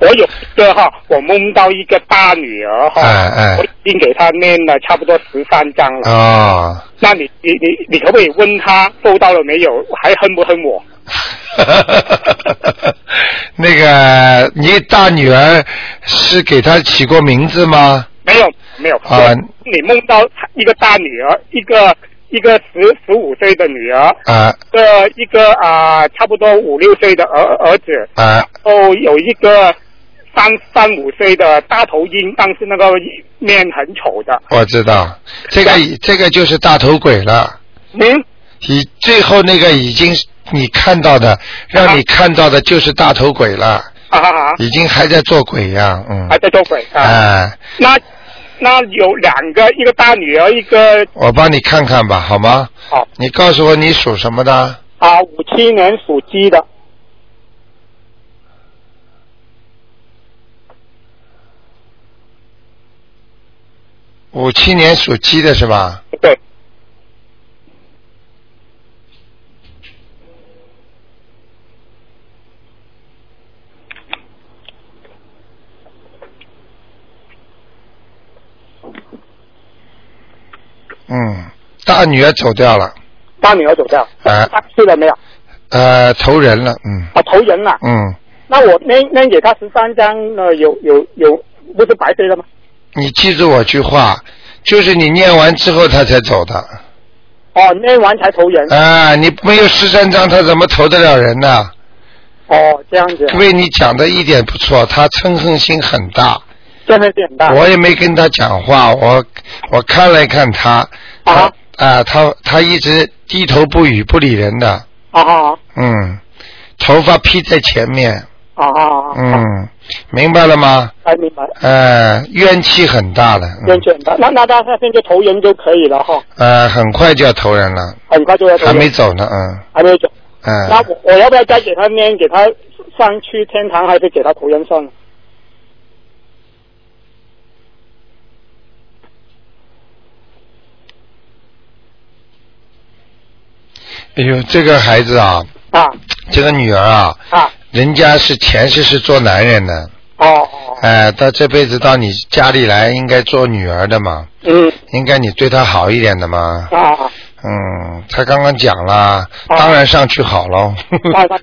[SPEAKER 6] 我有一个哈，我梦到一个大女儿哈，
[SPEAKER 1] 哎哎
[SPEAKER 6] 我已经给她念了差不多十三章
[SPEAKER 1] <laughs>
[SPEAKER 6] 了。
[SPEAKER 1] 哦，
[SPEAKER 6] 那你你你你可不可以问她收到了没有，还恨不恨我？
[SPEAKER 1] <laughs> 那个，你大女儿是给她起过名字吗？
[SPEAKER 6] 没有没有
[SPEAKER 1] 啊
[SPEAKER 6] 我你梦到一个大女儿，一个一个十十五岁的女儿，
[SPEAKER 1] 啊
[SPEAKER 6] 一个一个啊、差不多五六岁的儿儿子，
[SPEAKER 1] 啊
[SPEAKER 6] 哦，有一个三三五岁的大头鹰，但是那个面很丑的。
[SPEAKER 1] 我知道，这个这个就是大头鬼了。
[SPEAKER 6] 嗯，
[SPEAKER 1] 你最后那个已经你看到的，让你看到的就是大头鬼了，
[SPEAKER 6] 啊哈哈，
[SPEAKER 1] 已经还在做鬼呀，嗯，
[SPEAKER 6] 还在做鬼啊？
[SPEAKER 1] 哎，
[SPEAKER 6] 那那有两个，一个大女儿，一个
[SPEAKER 1] 我帮你看看吧，好吗？
[SPEAKER 6] 好
[SPEAKER 1] 你告诉我你属什么的？
[SPEAKER 6] 啊，五七年属鸡的。
[SPEAKER 1] 五七年属鸡的是吧？
[SPEAKER 6] 对，
[SPEAKER 1] 嗯，大女儿走掉了，
[SPEAKER 6] 大女儿走掉，
[SPEAKER 1] 哎
[SPEAKER 6] 她去了没有？
[SPEAKER 1] 呃，投人了，嗯
[SPEAKER 6] 啊，投人了。
[SPEAKER 1] 嗯，
[SPEAKER 6] 那我那那给他十三张，呃，有有有，不是白费了吗？
[SPEAKER 1] 你记住我句话，就是你念完之后他才走的，
[SPEAKER 6] 哦，那完才投人。
[SPEAKER 1] 啊，你没有十三章他怎么投得了人呢？
[SPEAKER 6] 哦，这样子啊，
[SPEAKER 1] 为你讲的一点不错，他嗔恨心很大，
[SPEAKER 6] 真的是很大。
[SPEAKER 1] 我也没跟他讲话，我我看了看他，他
[SPEAKER 6] 啊
[SPEAKER 1] 啊、他他一直低头不语，不理人的，
[SPEAKER 6] 啊啊
[SPEAKER 1] 嗯，头发披在前面，
[SPEAKER 6] 啊啊！啊，
[SPEAKER 1] 嗯，明白了吗？
[SPEAKER 6] 哎，明白。
[SPEAKER 1] 呃，怨气很大的，
[SPEAKER 6] 认
[SPEAKER 1] 嗯、
[SPEAKER 6] 准的，那那大家现在投人就可以了哈，
[SPEAKER 1] 呃，很快就要投人了，
[SPEAKER 6] 很快就要投
[SPEAKER 1] 还
[SPEAKER 6] 人
[SPEAKER 1] 没走呢，嗯
[SPEAKER 6] 还没走。
[SPEAKER 1] 嗯、
[SPEAKER 6] 那我我要不要再给他念，给他上去天堂，还是给他投人算了？
[SPEAKER 1] 哎呦，这个孩子啊，
[SPEAKER 6] 啊
[SPEAKER 1] 这个女儿啊，
[SPEAKER 6] 啊
[SPEAKER 1] 人家是前世是做男人的，
[SPEAKER 6] 哦哦，
[SPEAKER 1] 哎、到这辈子到你家里来，应该做女儿的嘛，
[SPEAKER 6] 嗯
[SPEAKER 1] 应该你对她好一点的嘛。
[SPEAKER 6] 啊，
[SPEAKER 1] 嗯，他刚刚讲了，
[SPEAKER 6] 哦
[SPEAKER 1] 当然上去好喽。
[SPEAKER 6] 啊那那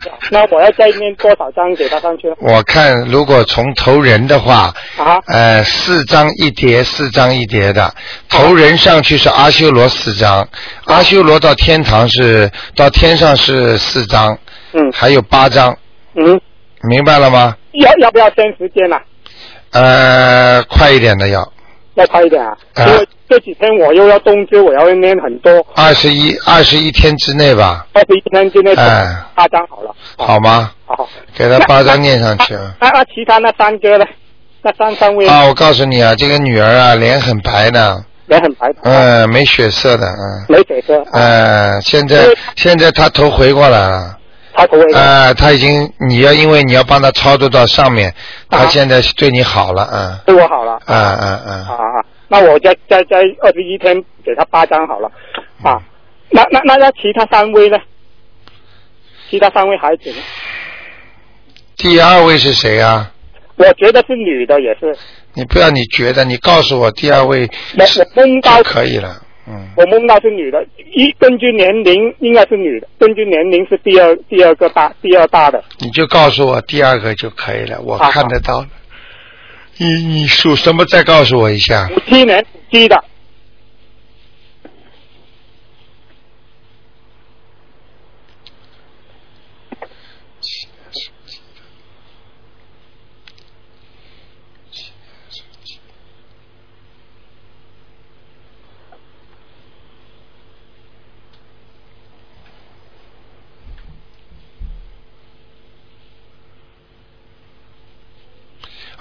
[SPEAKER 6] 那我要再念多少张给他上去呢？
[SPEAKER 1] <laughs> 我看如果从投人的话，
[SPEAKER 6] 啊
[SPEAKER 1] 呃，四张一叠，四张一叠的，投人上去是阿修罗四张，阿修罗到天堂是到天上是四张，
[SPEAKER 6] 嗯
[SPEAKER 1] 还有八张，
[SPEAKER 6] 嗯，
[SPEAKER 1] 明白了吗？
[SPEAKER 6] 要要不要先时间啊？
[SPEAKER 1] 呃，快一点的要
[SPEAKER 6] 要快一点啊，
[SPEAKER 1] 啊
[SPEAKER 6] 因为这几天我又要冬至，我要念很多，
[SPEAKER 1] 二十一二十一天之内吧，
[SPEAKER 6] 二十一天之内投
[SPEAKER 1] 哎
[SPEAKER 6] 八张好了。
[SPEAKER 1] 好吗？
[SPEAKER 6] 好，好，
[SPEAKER 1] 给他八张念上去。啊
[SPEAKER 6] 那那其他那三个呢？那三三位
[SPEAKER 1] 啊，我告诉你啊，这个女儿啊，脸很白的，
[SPEAKER 6] 也很白的，
[SPEAKER 1] 嗯、没血色的，嗯、
[SPEAKER 6] 没给车，
[SPEAKER 1] 呃，现在现在他头回过来了，
[SPEAKER 6] 他投人。
[SPEAKER 1] 呃，他已经你要因为你要帮他操作到上面，
[SPEAKER 6] 啊
[SPEAKER 1] 他现在是对你好了，啊
[SPEAKER 6] 对我好了
[SPEAKER 1] 啊啊啊，
[SPEAKER 6] 啊，那我再再再二十一天给他八张好了啊。那那那那其他三位呢？其他三位孩子呢？
[SPEAKER 1] 第二位是谁啊？
[SPEAKER 6] 我觉得是女的也是，
[SPEAKER 1] 你不要你觉得，你告诉我第二位
[SPEAKER 6] 我
[SPEAKER 1] 是
[SPEAKER 6] 我梦到
[SPEAKER 1] 就可以了，嗯，
[SPEAKER 6] 我梦到是女的，一根据年龄应该是女的，根据年龄是第二第二个大第二大的
[SPEAKER 1] 你就告诉我第二个就可以了，我
[SPEAKER 6] 好
[SPEAKER 1] 看得到了。你你属什么？再告诉我一下。
[SPEAKER 6] 五七年属鸡的，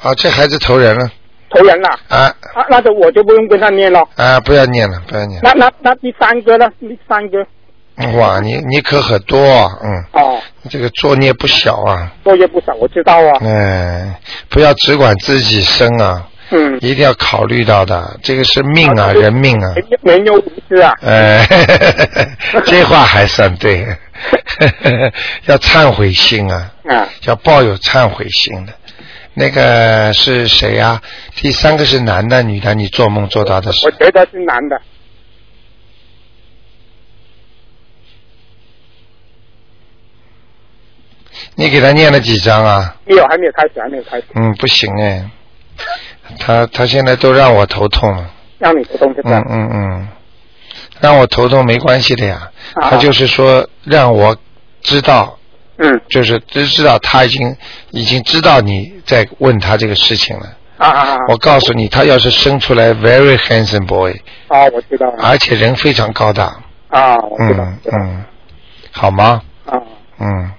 [SPEAKER 1] 啊，这孩子投人了
[SPEAKER 6] 投人了
[SPEAKER 1] 啊
[SPEAKER 6] 啊，那就我就不用跟他念了。
[SPEAKER 1] 啊！不要念了，不要念了。
[SPEAKER 6] 那那那第三个呢？第三个
[SPEAKER 1] 哇，你你可很多，嗯，
[SPEAKER 6] 哦，
[SPEAKER 1] 这个作孽不小啊，
[SPEAKER 6] 作业不少，我知道啊。
[SPEAKER 1] 哎，不要只管自己生啊，
[SPEAKER 6] 嗯，
[SPEAKER 1] 一定要考虑到的，这个是命啊，
[SPEAKER 6] 啊对
[SPEAKER 1] 人命啊，
[SPEAKER 6] 没没有无知啊。 <laughs>
[SPEAKER 1] 哎，这话还算对， <laughs> 要忏悔心啊，
[SPEAKER 6] 啊，
[SPEAKER 1] 要抱有忏悔心的。那个是谁啊？第三个是男的，女的？你做梦做到的
[SPEAKER 6] 我
[SPEAKER 1] 是
[SPEAKER 6] 觉得是男的。
[SPEAKER 1] 你给他念了几张啊？
[SPEAKER 6] 没有，还没有开始，还没有开始，
[SPEAKER 1] 嗯，不行哎，他他现在都让我头痛了。
[SPEAKER 6] 让你不动就这
[SPEAKER 1] 嗯
[SPEAKER 6] 样。
[SPEAKER 1] 嗯嗯，让我头痛没关系的呀。
[SPEAKER 6] 啊
[SPEAKER 1] 他嗯就是说让我知道，
[SPEAKER 6] 嗯
[SPEAKER 1] 就是只知道他已经已经知道你在问他这个事情了。
[SPEAKER 6] 啊啊啊！
[SPEAKER 1] 我告诉你，他要是生出来 very handsome boy，
[SPEAKER 6] 啊，我知道了。
[SPEAKER 1] 而且人非常高大，
[SPEAKER 6] 啊，我知道，
[SPEAKER 1] 嗯
[SPEAKER 6] 知道
[SPEAKER 1] 嗯，好吗？
[SPEAKER 6] 啊，
[SPEAKER 1] 嗯，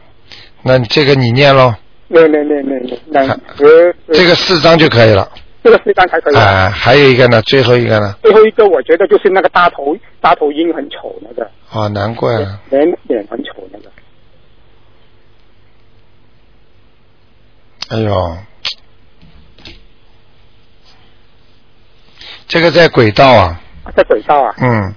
[SPEAKER 1] 那这个你念喽，
[SPEAKER 6] 没有没有没有没有没有，那
[SPEAKER 1] 看
[SPEAKER 6] 呃，
[SPEAKER 1] 这个四张就可以了。
[SPEAKER 6] 这个时间才可以
[SPEAKER 1] 啊、
[SPEAKER 6] 啊。
[SPEAKER 1] 还有一个呢，最后一个呢，
[SPEAKER 6] 最后一个，我觉得就是那个大头大头鹰很丑那个，
[SPEAKER 1] 哦，难怪了。
[SPEAKER 6] 人脸很丑那个。
[SPEAKER 1] 哎呦，这个在轨道啊，
[SPEAKER 6] 啊这嘴罩啊，
[SPEAKER 1] 嗯，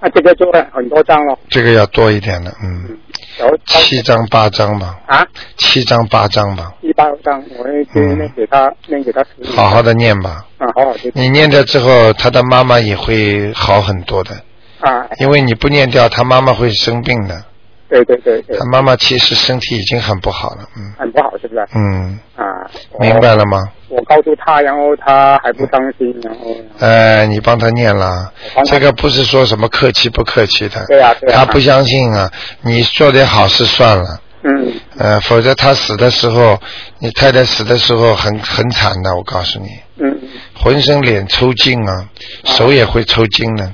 [SPEAKER 6] 那这个就很多张了，
[SPEAKER 1] 这个要多一点的，嗯，
[SPEAKER 6] 然后
[SPEAKER 1] 七张八张吧，
[SPEAKER 6] 啊，
[SPEAKER 1] 七张八张吧，
[SPEAKER 6] 一百张，我那
[SPEAKER 1] 嗯
[SPEAKER 6] 天那给他那给他十五
[SPEAKER 1] 好好的念吧。
[SPEAKER 6] 啊，好好的
[SPEAKER 1] 你念掉之后，他的妈妈也会好很多的，
[SPEAKER 6] 啊，
[SPEAKER 1] 因为你不念掉，他妈妈会生病的。
[SPEAKER 6] 对对对对
[SPEAKER 1] 他，妈妈其实身体已经很不好了，嗯
[SPEAKER 6] 很不好是不是
[SPEAKER 1] 嗯，
[SPEAKER 6] 啊？我
[SPEAKER 1] 明白了吗？
[SPEAKER 6] 我告诉他，然后他还不伤心，然后
[SPEAKER 1] 呃，你帮他念了
[SPEAKER 6] 帮，他
[SPEAKER 1] 这个不是说什么客气不客气的，
[SPEAKER 6] 对啊对啊
[SPEAKER 1] 他不相信啊，你做点好事算了。
[SPEAKER 6] 嗯
[SPEAKER 1] 呃，否则他死的时候，你太太死的时候很很惨的，我告诉你，
[SPEAKER 6] 嗯，
[SPEAKER 1] 浑身脸抽筋啊，手也会抽筋的。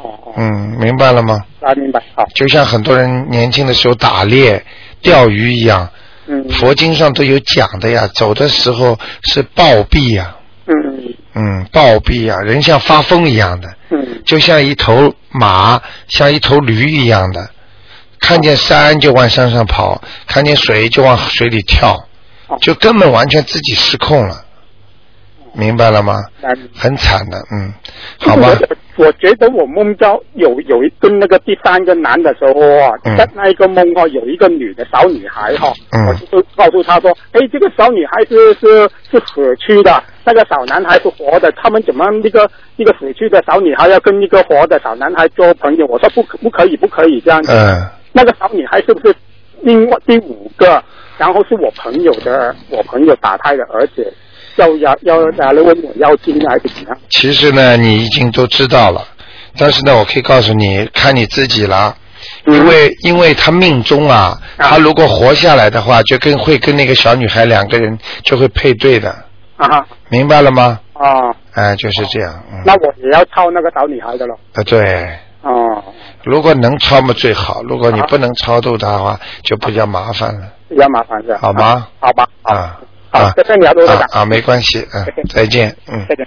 [SPEAKER 6] 哦哦，
[SPEAKER 1] 嗯，明白了吗？
[SPEAKER 6] 啊明白，好，
[SPEAKER 1] 就像很多人年轻的时候打猎、钓鱼一样，
[SPEAKER 6] 嗯
[SPEAKER 1] 佛经上都有讲的呀。走的时候是暴毙呀、
[SPEAKER 6] 嗯
[SPEAKER 1] 嗯，暴毙呀、人像发疯一样的，
[SPEAKER 6] 嗯
[SPEAKER 1] 就像一头马，像一头驴一样的，看见山就往山上跑，看见水就往水里跳。
[SPEAKER 6] 哦
[SPEAKER 1] 就根本完全自己失控了，明白了吗？
[SPEAKER 6] 那
[SPEAKER 1] 很惨的，嗯，好
[SPEAKER 6] <laughs>
[SPEAKER 1] 吧，
[SPEAKER 6] 我我觉得我梦到有有一跟那个第三个男的时候啊，
[SPEAKER 1] 嗯
[SPEAKER 6] 在那一个梦哈、有一个女的小女孩哈、
[SPEAKER 1] 嗯
[SPEAKER 6] 我就告诉她说，哎，这个小女孩是是是死去的，那个小男孩是活的，他们怎么那个那个死去的小女孩要跟一个活的小男孩做朋友？我说不可不可以不可以这样子。
[SPEAKER 1] 嗯，
[SPEAKER 6] 那个小女孩是不是另外第五个？然后是我朋友的，我朋友打胎的儿子，要要要来问我要金还是怎样？
[SPEAKER 1] 其实呢，你已经都知道了，但是呢，我可以告诉你，看你自己了。因为因为他命中啊，
[SPEAKER 6] 啊
[SPEAKER 1] 他如果活下来的话，就跟会跟那个小女孩两个人就会配对的，
[SPEAKER 6] 啊哈
[SPEAKER 1] 明白了吗？
[SPEAKER 6] 啊。
[SPEAKER 1] 哎，就是这样。嗯，
[SPEAKER 6] 那我也要抄那个小女孩的咯。
[SPEAKER 1] 啊对，
[SPEAKER 6] 哦，
[SPEAKER 1] 如果能超嘛最好，如果你不能超度他的话，就比较麻烦了。
[SPEAKER 6] 比较麻烦是吧？
[SPEAKER 1] 好吗
[SPEAKER 6] 好吧，好，
[SPEAKER 1] 啊
[SPEAKER 6] 好，
[SPEAKER 1] 啊
[SPEAKER 6] 谢谢你啊，罗队
[SPEAKER 1] 啊
[SPEAKER 6] 长，
[SPEAKER 1] 啊，没关系，嗯
[SPEAKER 6] 谢谢，
[SPEAKER 1] 再见，嗯
[SPEAKER 6] 再。见。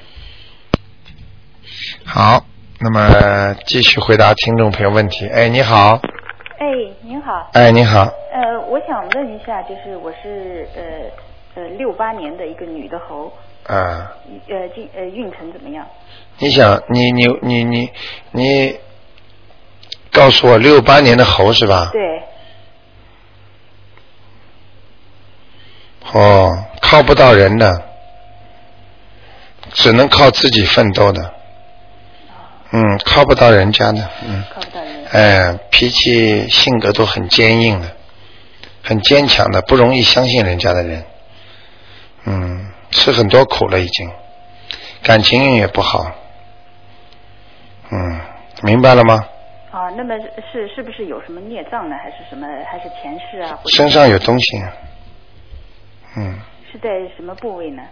[SPEAKER 1] 好，那么继续回答听众朋友问题。哎，你好，
[SPEAKER 7] 哎，您好，
[SPEAKER 1] 哎，你好，
[SPEAKER 7] 呃，我想问一下，就是我是呃呃六八年的一个女的猴，
[SPEAKER 1] 啊，
[SPEAKER 7] 呃进呃运程怎么样？
[SPEAKER 1] 你想，你你你你你，告诉我六八年的猴是吧？
[SPEAKER 7] 对，
[SPEAKER 1] 哦，靠不到人的，只能靠自己奋斗
[SPEAKER 7] 哦
[SPEAKER 1] 的。嗯，靠不到人家的，嗯，
[SPEAKER 7] 靠不到人。
[SPEAKER 1] 哎，脾气性格都很坚硬的，很坚强的，不容易相信人家的人。嗯，吃很多苦了已经，感情运也不好。嗯，明白了吗？
[SPEAKER 7] 啊，那么是是不是有什么孽障呢？还是什么？还是前世啊？或者
[SPEAKER 1] 身上有东西。嗯，
[SPEAKER 7] 是在什么部位呢？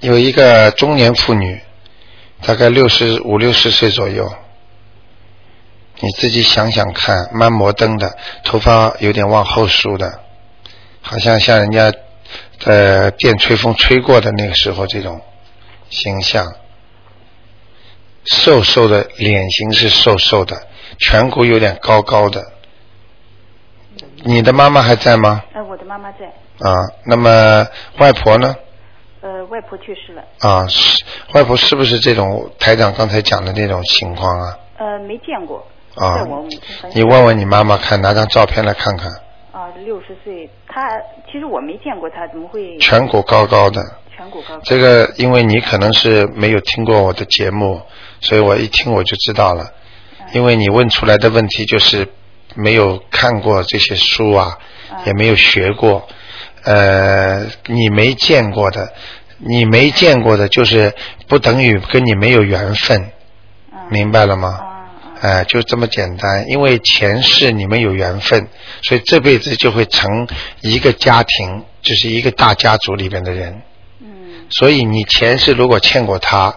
[SPEAKER 1] 有一个中年妇女，大概六十五六十岁左右。你自己想想看，蛮摩登的，头发有点往后梳的，好像像人家在电吹风吹过的那个时候这种形象，瘦瘦的脸型是瘦瘦的，颧骨有点高高的。你的妈妈还在吗？
[SPEAKER 7] 呃，我的妈妈在，
[SPEAKER 1] 啊，那么外婆呢？
[SPEAKER 7] 呃，外婆去世了，
[SPEAKER 1] 啊，是外婆是不是这种台长刚才讲的那种情况啊？
[SPEAKER 7] 呃，没见过，
[SPEAKER 1] 啊
[SPEAKER 7] 在我母亲很
[SPEAKER 1] 你问问你妈妈看，拿张照片来看看，
[SPEAKER 7] 啊，六十岁，她其实我没见过她，怎么会
[SPEAKER 1] 颧骨高高的。
[SPEAKER 7] 颧骨高高？
[SPEAKER 1] 这个，因为你可能是没有听过我的节目，所以我一听我就知道了。
[SPEAKER 7] 嗯
[SPEAKER 1] 因为你问出来的问题就是没有看过这些书啊，
[SPEAKER 7] 嗯
[SPEAKER 1] 也没有学过，呃，你没见过的，你没见过的，就是不等于跟你没有缘分，
[SPEAKER 7] 嗯
[SPEAKER 1] 明白了吗？哎、就这么简单。因为前世你们有缘分，所以这辈子就会成一个家庭，就是一个大家族里边的人。
[SPEAKER 7] 嗯
[SPEAKER 1] 所以你前世如果欠过他，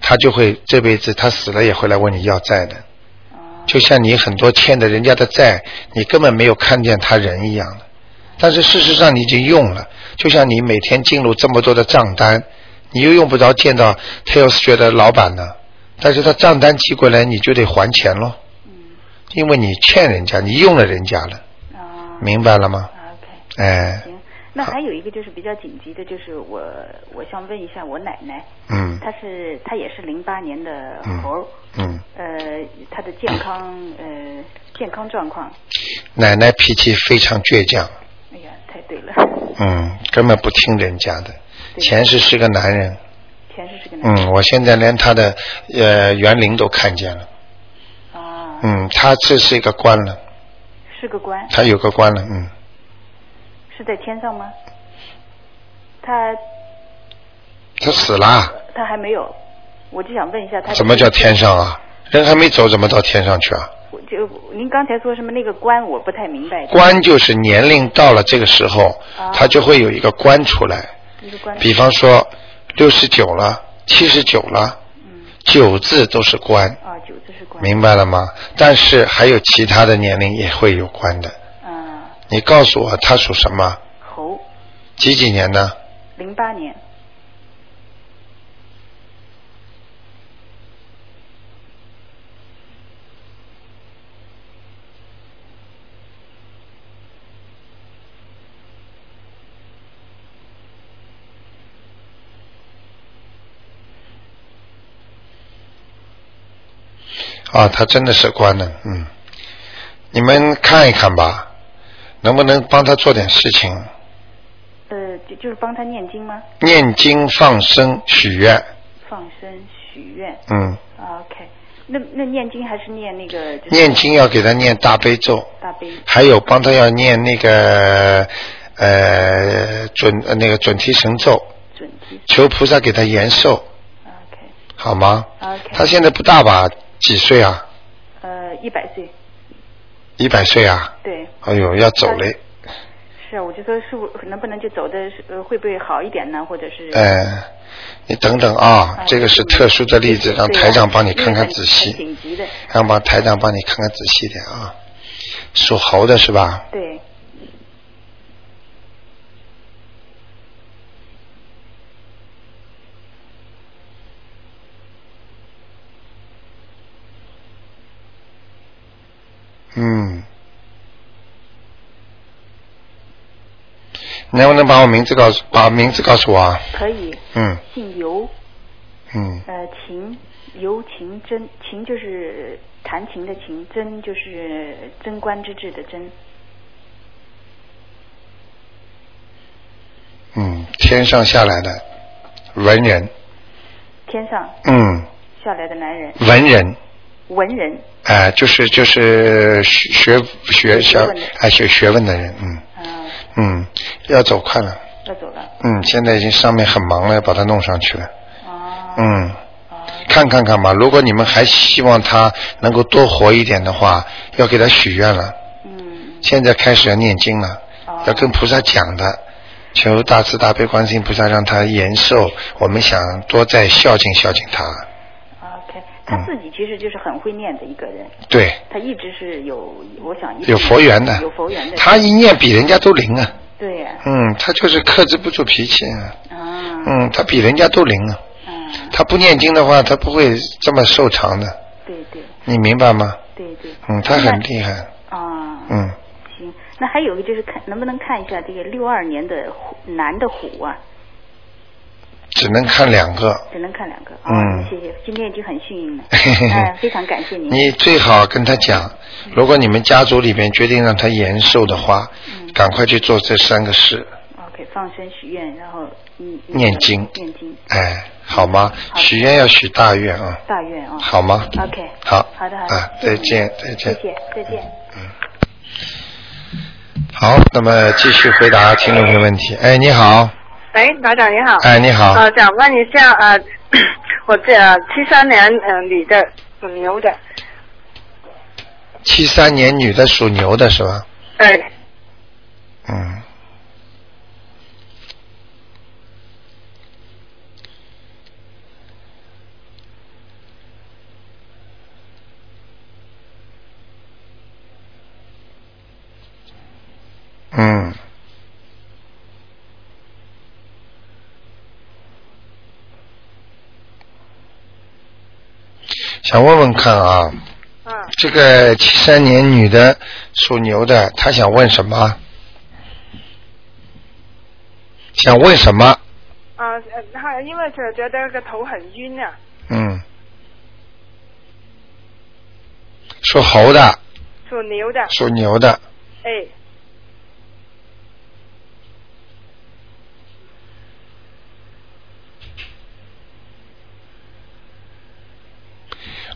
[SPEAKER 1] 他就会这辈子他死了也会来问你要债的。
[SPEAKER 7] 啊
[SPEAKER 1] 就像你很多欠的人家的债，你根本没有看见他人一样的。但是事实上你已经用了，就像你每天进入这么多的账单，你又用不着见到 Tails 觉的老板呢，但是他账单寄过来你就得还钱喽，
[SPEAKER 7] 嗯
[SPEAKER 1] 因为你欠人家，你用了人家了，
[SPEAKER 7] 啊
[SPEAKER 1] 明白了吗？
[SPEAKER 7] 啊，OK。
[SPEAKER 1] 哎，
[SPEAKER 7] 行，那还有一个就是比较紧急的，就是我我想问一下我奶奶，
[SPEAKER 1] 嗯
[SPEAKER 7] 她是她也是零八年的
[SPEAKER 1] 嗯
[SPEAKER 7] 猴儿，
[SPEAKER 1] 嗯，
[SPEAKER 7] 呃，她的健康呃健康状况，
[SPEAKER 1] 奶奶脾气非常倔强。
[SPEAKER 7] 哎呀，太对了，
[SPEAKER 1] 嗯，根本不听人家的。前世是个男人，
[SPEAKER 7] 前世是个男人
[SPEAKER 1] 嗯，我现在连他的呃园林都看见了，
[SPEAKER 7] 啊，
[SPEAKER 1] 嗯，他这是一个官了，
[SPEAKER 7] 是个官，
[SPEAKER 1] 他有个官了，嗯，
[SPEAKER 7] 是在天上吗？她
[SPEAKER 1] 他死了，啊
[SPEAKER 7] 她还没有，我就想问一下她
[SPEAKER 1] 怎么叫天上啊？人还没走，怎么到天上去啊？
[SPEAKER 7] 我就您刚才说什么那个官，我不太明白。
[SPEAKER 1] 官就是年龄到了这个时候，他就会有一个官出来，
[SPEAKER 7] 一个官，
[SPEAKER 1] 比方说六十九了，七十九了，九字都是官，
[SPEAKER 7] 啊，嗯九字是官，
[SPEAKER 1] 明白了吗？但是还有其他的年龄也会有关的。
[SPEAKER 7] 啊，
[SPEAKER 1] 你告诉我他属什么？
[SPEAKER 7] 猴，
[SPEAKER 1] 几几年呢？
[SPEAKER 7] 零八年，
[SPEAKER 1] 啊，他真的是关了，嗯。你们看一看吧，能不能帮他做点事情？
[SPEAKER 7] 呃，就就是帮他念经吗？
[SPEAKER 1] 念经、放生、许愿，
[SPEAKER 7] 放生许愿
[SPEAKER 1] 嗯，
[SPEAKER 7] 啊，OK。那那念经还是念那个就是
[SPEAKER 1] 念经要给他念大悲咒，
[SPEAKER 7] 大悲
[SPEAKER 1] 还有帮他要念那个呃准呃那个准提神咒，
[SPEAKER 7] 准提啊
[SPEAKER 1] 求菩萨给他延寿，
[SPEAKER 7] ，OK
[SPEAKER 1] 好吗？他
[SPEAKER 7] OK。
[SPEAKER 1] 现在不大吧？几岁啊？
[SPEAKER 7] 呃，一百岁，
[SPEAKER 1] 一百岁啊？
[SPEAKER 7] 对，
[SPEAKER 1] 哎呦，要走嘞，
[SPEAKER 7] 是啊，我就说是不能不能就走的呃会不会好一点呢？或者是
[SPEAKER 1] 呃，你等等啊，这个是特殊的例子，让
[SPEAKER 7] 对啊
[SPEAKER 1] 台长帮你
[SPEAKER 7] 因为
[SPEAKER 1] 看看
[SPEAKER 7] 很
[SPEAKER 1] 仔细。
[SPEAKER 7] 很紧急的，
[SPEAKER 1] 让帮台长帮你看看仔细点啊。属猴的是吧？
[SPEAKER 7] 对，
[SPEAKER 1] 嗯。你能不能把我名字告诉把名字告诉我啊？
[SPEAKER 7] 可以
[SPEAKER 1] 嗯
[SPEAKER 7] 姓尤，
[SPEAKER 1] 嗯
[SPEAKER 7] 呃，琴尤琴真，琴就是弹琴的琴，真就是贞观之治的贞，
[SPEAKER 1] 嗯，天上下来的文人，
[SPEAKER 7] 天上
[SPEAKER 1] 嗯，
[SPEAKER 7] 下来的男人，
[SPEAKER 1] 文人，
[SPEAKER 7] 文人，
[SPEAKER 1] 哎、就是就是学学学
[SPEAKER 7] 学
[SPEAKER 1] 小
[SPEAKER 7] 问的
[SPEAKER 1] 哎学学问的人，嗯
[SPEAKER 7] 啊、
[SPEAKER 1] 嗯，要走快了，
[SPEAKER 7] 要走了，
[SPEAKER 1] 嗯，现在已经上面很忙了，要把它弄上去了，
[SPEAKER 7] 啊、
[SPEAKER 1] 嗯，看看看吧。如果你们还希望他能够多活一点的话，要给他许愿了。
[SPEAKER 7] 嗯，
[SPEAKER 1] 现在开始要念经了，要跟菩萨讲的，求大慈大悲观世音菩萨让他延寿。我们想多再孝敬孝敬他。
[SPEAKER 7] 啊，OK，他自己其实就是很会念的一个人，
[SPEAKER 1] 对，
[SPEAKER 7] 他一直是有，我想一直
[SPEAKER 1] 有佛缘的
[SPEAKER 7] 有佛缘的，
[SPEAKER 1] 他一念比人家都灵啊。
[SPEAKER 7] 对呀、
[SPEAKER 1] 嗯，他就是克制不住脾气啊。
[SPEAKER 7] 啊，
[SPEAKER 1] 嗯，他比人家都灵啊。
[SPEAKER 7] 嗯，
[SPEAKER 1] 他不念经的话，他不会这么瘦长的，
[SPEAKER 7] 对对
[SPEAKER 1] 你明白吗？
[SPEAKER 7] 对对，
[SPEAKER 1] 嗯，他很厉害。
[SPEAKER 7] 啊，
[SPEAKER 1] 嗯，
[SPEAKER 7] 行，那还有一个就是看能不能看一下这个六二年的虎男的虎啊，
[SPEAKER 1] 只能看两个。
[SPEAKER 7] 只能看两个啊、
[SPEAKER 1] 嗯，
[SPEAKER 7] 谢谢，今天已经很幸运了
[SPEAKER 1] <laughs>
[SPEAKER 7] 哎，非常感谢您，嗯
[SPEAKER 1] 你最好跟他讲，如果你们家族里边决定让他延寿的话，
[SPEAKER 7] 嗯
[SPEAKER 1] 赶快去做这三个事，
[SPEAKER 7] OK，放生许愿，然后嗯，
[SPEAKER 1] 念经
[SPEAKER 7] 念经，
[SPEAKER 1] 哎，好吗？
[SPEAKER 7] 好的
[SPEAKER 1] 许愿要许大愿啊，
[SPEAKER 7] 大愿啊、
[SPEAKER 1] 好吗
[SPEAKER 7] OK
[SPEAKER 1] 好。
[SPEAKER 7] 好的好的
[SPEAKER 1] 啊，
[SPEAKER 7] 谢谢
[SPEAKER 1] 再见，再
[SPEAKER 7] 谢
[SPEAKER 1] 见。
[SPEAKER 7] 谢，再见。
[SPEAKER 1] 好，那么继续回答听众朋友问题。哎，你好，
[SPEAKER 3] 哎，台长你好。
[SPEAKER 1] 哎，你好，
[SPEAKER 3] 呃，想问一下呃， <coughs> 我这七三年呃女的属牛的，
[SPEAKER 1] 七三年女的属牛的是吧？
[SPEAKER 3] 哎，
[SPEAKER 1] 嗯。嗯，想问问看啊，
[SPEAKER 3] 嗯，
[SPEAKER 1] 这个七三年女的属牛的，她想问什么？想问什么？
[SPEAKER 3] 啊、呃，她因为是觉得个头很晕啊，
[SPEAKER 1] 嗯，属猴的，
[SPEAKER 3] 属牛的，
[SPEAKER 1] 属牛的，
[SPEAKER 3] 哎，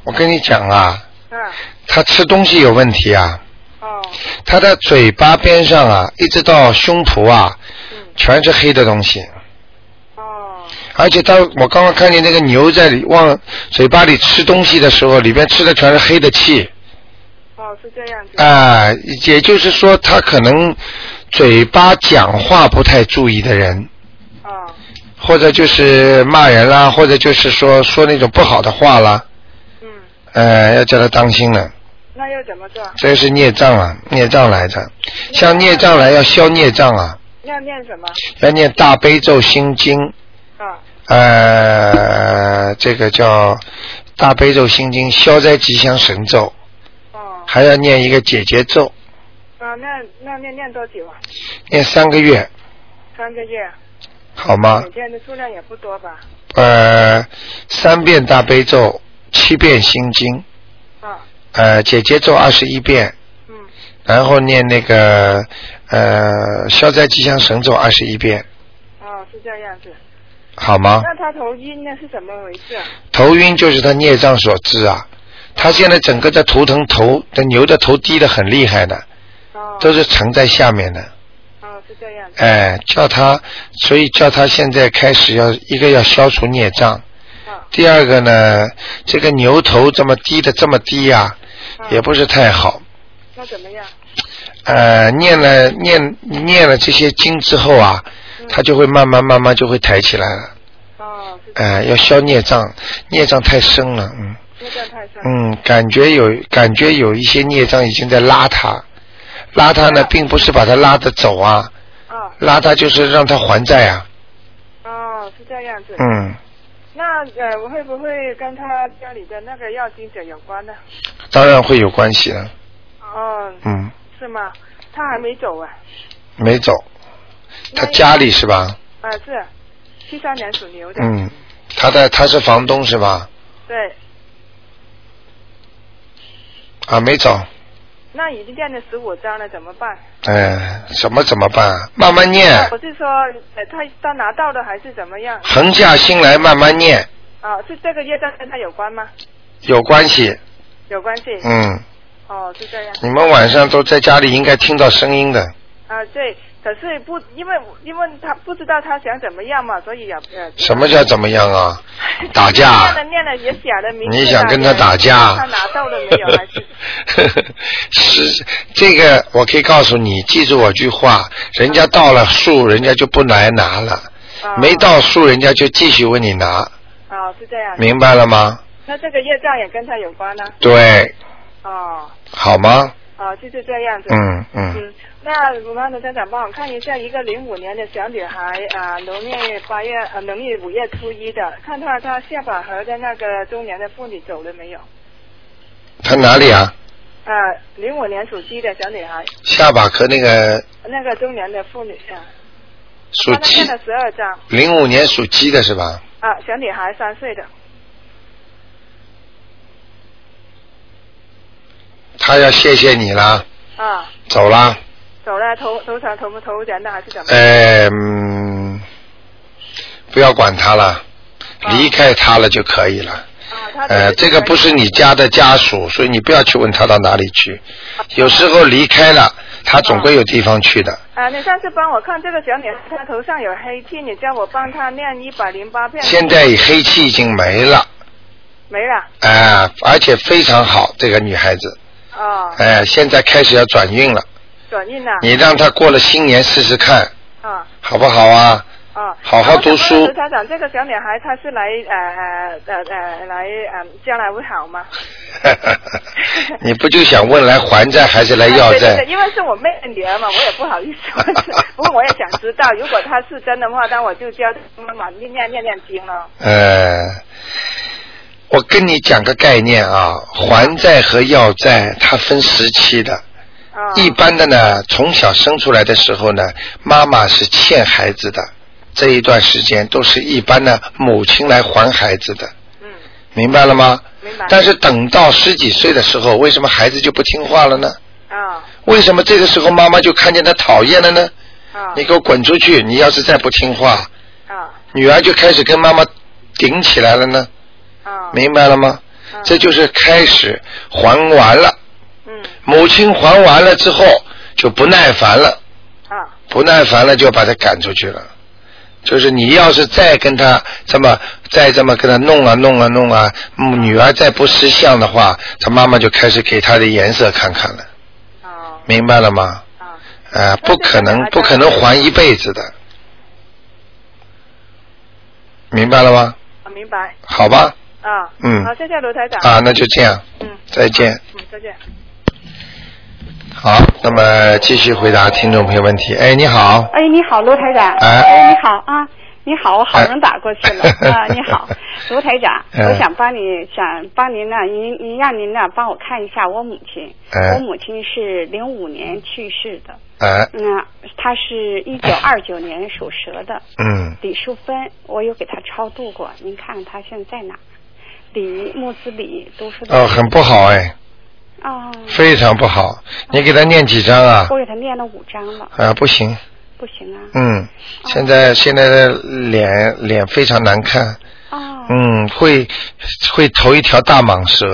[SPEAKER 1] 我跟你讲啊，
[SPEAKER 3] 嗯，
[SPEAKER 1] 她吃东西有问题啊，
[SPEAKER 3] 哦，
[SPEAKER 1] 她的嘴巴边上啊，一直到胸脯啊，
[SPEAKER 3] 嗯，
[SPEAKER 1] 全是黑的东西，
[SPEAKER 3] 哦，
[SPEAKER 1] 而且她，我刚刚看见那个牛在里往嘴巴里吃东西的时候，里边吃的全是黑的气。
[SPEAKER 3] 哦，是这样子，
[SPEAKER 1] 啊、也就是说，他可能嘴巴讲话不太注意的人，
[SPEAKER 3] 哦，
[SPEAKER 1] 或者就是骂人啦，或者就是说说那种不好的话啦，
[SPEAKER 3] 嗯，
[SPEAKER 1] 呃，要叫他当心了，
[SPEAKER 3] 那又怎么做？
[SPEAKER 1] 这是孽障啊，孽障来的，像孽障来要消孽障啊，
[SPEAKER 3] 要念什么？
[SPEAKER 1] 要念大悲咒心经，
[SPEAKER 3] 啊，
[SPEAKER 1] 呃，这个叫大悲咒心经消灾吉祥神咒，
[SPEAKER 3] 哦，
[SPEAKER 1] 还要念一个解结咒，
[SPEAKER 3] 啊，那那念念多久啊？
[SPEAKER 1] 念三个月，
[SPEAKER 3] 三个
[SPEAKER 1] 啊
[SPEAKER 3] 月，
[SPEAKER 1] 好吗
[SPEAKER 3] 每？天的数量也不多吧？
[SPEAKER 1] 呃，三遍大悲咒，七遍心经，
[SPEAKER 3] 啊，
[SPEAKER 1] 呃，姐姐咒二十一遍，
[SPEAKER 3] 嗯，
[SPEAKER 1] 然后念那个呃消灾吉祥神咒二十一遍，
[SPEAKER 3] 哦，是这样子。
[SPEAKER 1] 啊好吗？
[SPEAKER 3] 那他头晕那是怎么回事啊？
[SPEAKER 1] 头晕就是他孽障所致啊，他现在整个的头疼头的牛的头低的很厉害的，
[SPEAKER 3] 哦，
[SPEAKER 1] 都是沉在下面的，
[SPEAKER 3] 哦，是这样子。
[SPEAKER 1] 哎，叫他，所以叫他现在开始要一个要消除孽障，
[SPEAKER 3] 啊，
[SPEAKER 1] 第二个呢，这个牛头这么低的这么低呀、
[SPEAKER 3] 啊
[SPEAKER 1] 也不是太好。
[SPEAKER 3] 那怎么样？
[SPEAKER 1] 呃，念了念念了这些经之后啊，
[SPEAKER 3] 嗯
[SPEAKER 1] 他就会慢慢慢慢就会抬起来了。
[SPEAKER 3] 哦，是
[SPEAKER 1] 呃，要消孽障，孽障太深了，嗯
[SPEAKER 3] 那这样太深。
[SPEAKER 1] 嗯，感觉有感觉有一些孽障已经在拉他，拉他呢，并不是把他拉得走啊，
[SPEAKER 3] 啊，
[SPEAKER 1] 拉他就是让他还债啊，
[SPEAKER 3] 哦，是这样子。
[SPEAKER 1] 嗯，
[SPEAKER 3] 那呃，我会不会跟他家里的那个药精者有关呢？
[SPEAKER 1] 当然会有关系了，
[SPEAKER 3] 哦，
[SPEAKER 1] 嗯，
[SPEAKER 3] 是吗？他还没走啊。
[SPEAKER 1] 没走，
[SPEAKER 3] 那
[SPEAKER 1] 他家里是吧？
[SPEAKER 3] 啊是，七三年属牛的。。
[SPEAKER 1] 嗯，他的他是房东是吧？
[SPEAKER 3] 对，
[SPEAKER 1] 啊，没走，
[SPEAKER 3] 那已经练了十五章了，怎么办？
[SPEAKER 1] 哎，怎么怎么办啊？慢慢念。
[SPEAKER 3] 我是说，呃，他他拿到的还是怎么样？
[SPEAKER 1] 横下心来慢慢念，
[SPEAKER 3] 啊，是这个业障跟他有关吗？
[SPEAKER 1] 有关系。
[SPEAKER 3] 有关系。
[SPEAKER 1] 嗯，
[SPEAKER 3] 哦，是这样。
[SPEAKER 1] 你们晚上都在家里应该听到声音的。
[SPEAKER 3] 啊，对，可是不，因为因为他不知道他想怎么样嘛，所以也呃。
[SPEAKER 1] 什
[SPEAKER 3] <laughs>
[SPEAKER 1] 么叫怎么样啊？打
[SPEAKER 3] 念了
[SPEAKER 1] 架？
[SPEAKER 3] 念了也想了，明天
[SPEAKER 1] 你想跟他
[SPEAKER 3] 他
[SPEAKER 1] 打架？ <laughs>
[SPEAKER 3] 他拿到了没有？还是
[SPEAKER 1] 是这个，我可以告诉你，记住我句话：人家到了数，人家就不来拿了；
[SPEAKER 3] 啊
[SPEAKER 1] <laughs> 没到数，人家就继续问你拿，
[SPEAKER 3] 啊，是这样。
[SPEAKER 1] 明白了吗？
[SPEAKER 3] 那这个业障也跟他有关呢、
[SPEAKER 1] 对，
[SPEAKER 3] 哦，
[SPEAKER 1] 好吗？
[SPEAKER 8] 啊
[SPEAKER 3] 哦，就是这样子。
[SPEAKER 1] 嗯嗯，
[SPEAKER 3] 嗯，
[SPEAKER 8] 那鲁班的家长帮我看一下，一个零五年的小女孩啊、农历八月呃农历五月初一的，看看她下巴颏的那个中年的妇女走了没有？
[SPEAKER 1] 他哪里啊？
[SPEAKER 8] 啊、零五年属鸡的小女孩，
[SPEAKER 1] 下巴和那个
[SPEAKER 8] 那个中年的妇女啊，
[SPEAKER 1] 属
[SPEAKER 8] 帮她
[SPEAKER 1] 鸡
[SPEAKER 8] 看，了十二张
[SPEAKER 1] 零五年属鸡的是吧？
[SPEAKER 8] 啊、小女孩三岁的，
[SPEAKER 1] 他要谢谢你啦，
[SPEAKER 8] 啊、
[SPEAKER 1] 走啦。
[SPEAKER 8] 走了头头疼头不头圆的还是怎么？
[SPEAKER 1] 哎，嗯，不要管他了，离开他了就可以了。
[SPEAKER 8] 啊，她
[SPEAKER 1] 呃，这个不是你家的家属，所以你不要去问他到哪里去。
[SPEAKER 8] 啊
[SPEAKER 1] 有时候离开了，他总归有地方去的。
[SPEAKER 8] 啊，你上次帮我看这个小女孩，她头上有黑气，你叫我帮她念一百零八遍。
[SPEAKER 1] 现在黑气已经没了，
[SPEAKER 8] 没了。
[SPEAKER 1] 哎、而且非常好，这个女孩子，
[SPEAKER 8] 哦，
[SPEAKER 1] 哎、现在开始要转运了。
[SPEAKER 8] 转运了。
[SPEAKER 1] 你让她过了新年试试看，
[SPEAKER 8] 啊
[SPEAKER 1] 好不好
[SPEAKER 8] <laughs>
[SPEAKER 1] 啊？
[SPEAKER 8] 啊。
[SPEAKER 1] 好好读书
[SPEAKER 8] 然后刘台长，这个小女孩她是来呃呃呃呃来呃将来会好吗？
[SPEAKER 1] 你不就想问来还债还是来要
[SPEAKER 8] 啊对对
[SPEAKER 1] 债
[SPEAKER 8] 对，？因为是我妹的女儿嘛，我也不好意
[SPEAKER 1] <laughs>
[SPEAKER 8] 思问。不过我也想知道，如果她是真的话，那我就教她妈妈念念念念经了。
[SPEAKER 1] 呃，我跟你讲个概念啊，还债和要债它分时期的。
[SPEAKER 8] 啊。
[SPEAKER 1] 一般的呢，从小生出来的时候呢，妈妈是欠孩子的，这一段时间都是一般的母亲来还孩子的，
[SPEAKER 8] 嗯，
[SPEAKER 1] 明白了吗？
[SPEAKER 8] 明白。
[SPEAKER 1] 但是等到十几岁的时候，为什么孩子就不听话了呢？
[SPEAKER 8] 啊
[SPEAKER 1] 为什么这个时候妈妈就看见他讨厌了呢？
[SPEAKER 8] 啊
[SPEAKER 1] 你给我滚出去！你要是再不听话，
[SPEAKER 8] 啊
[SPEAKER 1] 女儿就开始跟妈妈顶起来了呢，
[SPEAKER 8] 啊。
[SPEAKER 1] 明白了吗？
[SPEAKER 8] 嗯
[SPEAKER 1] 这就是开始还完了，
[SPEAKER 8] 嗯
[SPEAKER 1] 母亲还完了之后就不耐烦了。
[SPEAKER 8] 啊
[SPEAKER 1] 不耐烦了就把他赶出去了。就是你要是再跟他这么再这么跟他弄啊弄啊弄啊，嗯女儿再不识相的话，他妈妈就开始给他的颜色看看了，
[SPEAKER 8] 啊
[SPEAKER 1] 明白了吗？
[SPEAKER 8] 啊。
[SPEAKER 1] 啊，不可能不可能还一辈子的，明白了吗？
[SPEAKER 8] 啊，明白
[SPEAKER 1] 好吧，
[SPEAKER 8] 啊。
[SPEAKER 1] 嗯
[SPEAKER 8] 好，谢谢卢台长。
[SPEAKER 1] 啊，那就这样，
[SPEAKER 8] 嗯
[SPEAKER 1] 再见。
[SPEAKER 8] 嗯，再见。
[SPEAKER 1] 好，那么继续回答听众朋友问题。哎，你好，
[SPEAKER 9] 哎，你好，卢台长。
[SPEAKER 1] 哎
[SPEAKER 9] 你好啊，你好，我好容易打过去
[SPEAKER 1] <laughs>
[SPEAKER 9] 了、
[SPEAKER 1] 哎
[SPEAKER 9] 啊，你好，卢台长，
[SPEAKER 1] 嗯
[SPEAKER 9] 我想帮你，想帮您呢，您您让您呢帮我看一下我母亲，
[SPEAKER 1] 哎
[SPEAKER 9] 我母亲是零五年去世的，
[SPEAKER 1] 哎，
[SPEAKER 9] 那她是一九二九年属蛇的，
[SPEAKER 1] 嗯，
[SPEAKER 9] 李淑芬，我有给她超度过，您看看她现在在哪？李木子李读书的
[SPEAKER 1] 哦，很不好哎，
[SPEAKER 9] 哦，
[SPEAKER 1] 非常不好。你给他念几张啊？
[SPEAKER 9] 我给她念了五章了，
[SPEAKER 1] 啊，不行，
[SPEAKER 9] 不行啊，
[SPEAKER 1] 嗯，现在现在的脸脸非常难看，
[SPEAKER 9] 哦，
[SPEAKER 1] 嗯，会会头一条大蟒蛇，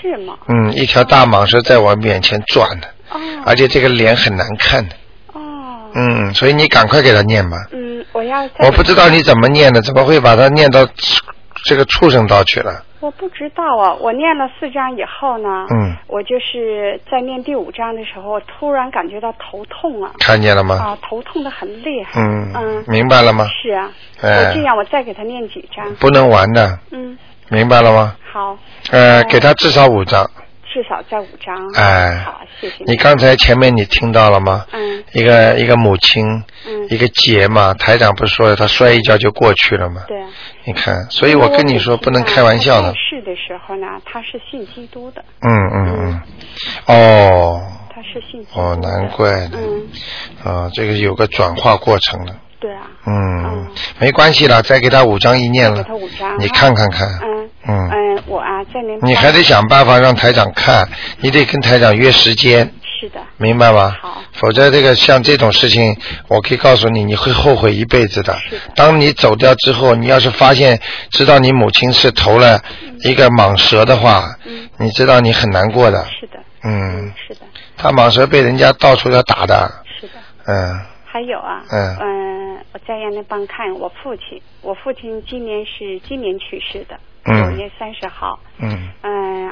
[SPEAKER 9] 是吗？
[SPEAKER 1] 嗯，一条大蟒蛇在我面前转的，
[SPEAKER 9] 哦，
[SPEAKER 1] 而且这个脸很难看的，
[SPEAKER 9] 哦，
[SPEAKER 1] 嗯，所以你赶快给他念吧。
[SPEAKER 9] 嗯，我要再
[SPEAKER 1] 我不知道你怎么念的，怎么会把它念到这个畜生道去了？
[SPEAKER 9] 我不知道啊，我念了四章以后呢，
[SPEAKER 1] 嗯
[SPEAKER 9] 我就是在念第五章的时候，突然感觉到头痛啊，
[SPEAKER 1] 看见了吗？
[SPEAKER 9] 啊，头痛的很厉害。
[SPEAKER 1] 嗯
[SPEAKER 9] 嗯，
[SPEAKER 1] 明白了吗？
[SPEAKER 9] 是啊，
[SPEAKER 1] 哎
[SPEAKER 9] 我这样我再给他念几章，
[SPEAKER 1] 不能玩的，
[SPEAKER 9] 嗯，
[SPEAKER 1] 明白了吗？
[SPEAKER 9] 好，
[SPEAKER 1] 呃，给他至少五张。
[SPEAKER 9] 至少在五章。
[SPEAKER 1] 哎
[SPEAKER 9] 好，谢谢
[SPEAKER 1] 你刚才前面你听到了吗？
[SPEAKER 9] 嗯
[SPEAKER 1] 一个一个母亲，
[SPEAKER 9] 嗯
[SPEAKER 1] 一个劫嘛，台长不是说他摔一跤就过去了吗？
[SPEAKER 9] 对啊。
[SPEAKER 1] 你看，所以我跟你说不能开玩笑的
[SPEAKER 9] 在。世的时候呢，他是信基督的，
[SPEAKER 1] 嗯嗯嗯。哦
[SPEAKER 9] 他是信基督的。
[SPEAKER 1] 哦，难怪的。
[SPEAKER 9] 嗯，
[SPEAKER 1] 啊，这个有个转化过程的。
[SPEAKER 9] 对啊。
[SPEAKER 1] 嗯
[SPEAKER 9] 嗯，
[SPEAKER 1] 没关系啦，再给他五张一念了
[SPEAKER 9] 再给他五张，
[SPEAKER 1] 你看看看。
[SPEAKER 9] 嗯
[SPEAKER 1] 嗯，
[SPEAKER 9] 嗯，我啊，在您
[SPEAKER 1] 你还得想办法让台长看，你得跟台长约时间。
[SPEAKER 9] 是的，
[SPEAKER 1] 明白吗
[SPEAKER 9] 好？
[SPEAKER 1] 否则这个像这种事情，我可以告诉你，你会后悔一辈子的
[SPEAKER 9] 是的。
[SPEAKER 1] 当你走掉之后，你要是发现知道你母亲是投了一个蟒蛇的话，
[SPEAKER 9] 嗯
[SPEAKER 1] 你知道你很难过的。
[SPEAKER 9] 是的，
[SPEAKER 1] 嗯，
[SPEAKER 9] 是的，
[SPEAKER 1] 他蟒蛇被人家到处要打的。
[SPEAKER 9] 是的。
[SPEAKER 1] 嗯
[SPEAKER 9] 还有啊，
[SPEAKER 1] 嗯
[SPEAKER 9] 嗯，我再让您帮看我父亲，我父亲今年是今年去世的，
[SPEAKER 1] 嗯
[SPEAKER 9] 九月三十号，
[SPEAKER 1] 嗯，
[SPEAKER 9] 嗯，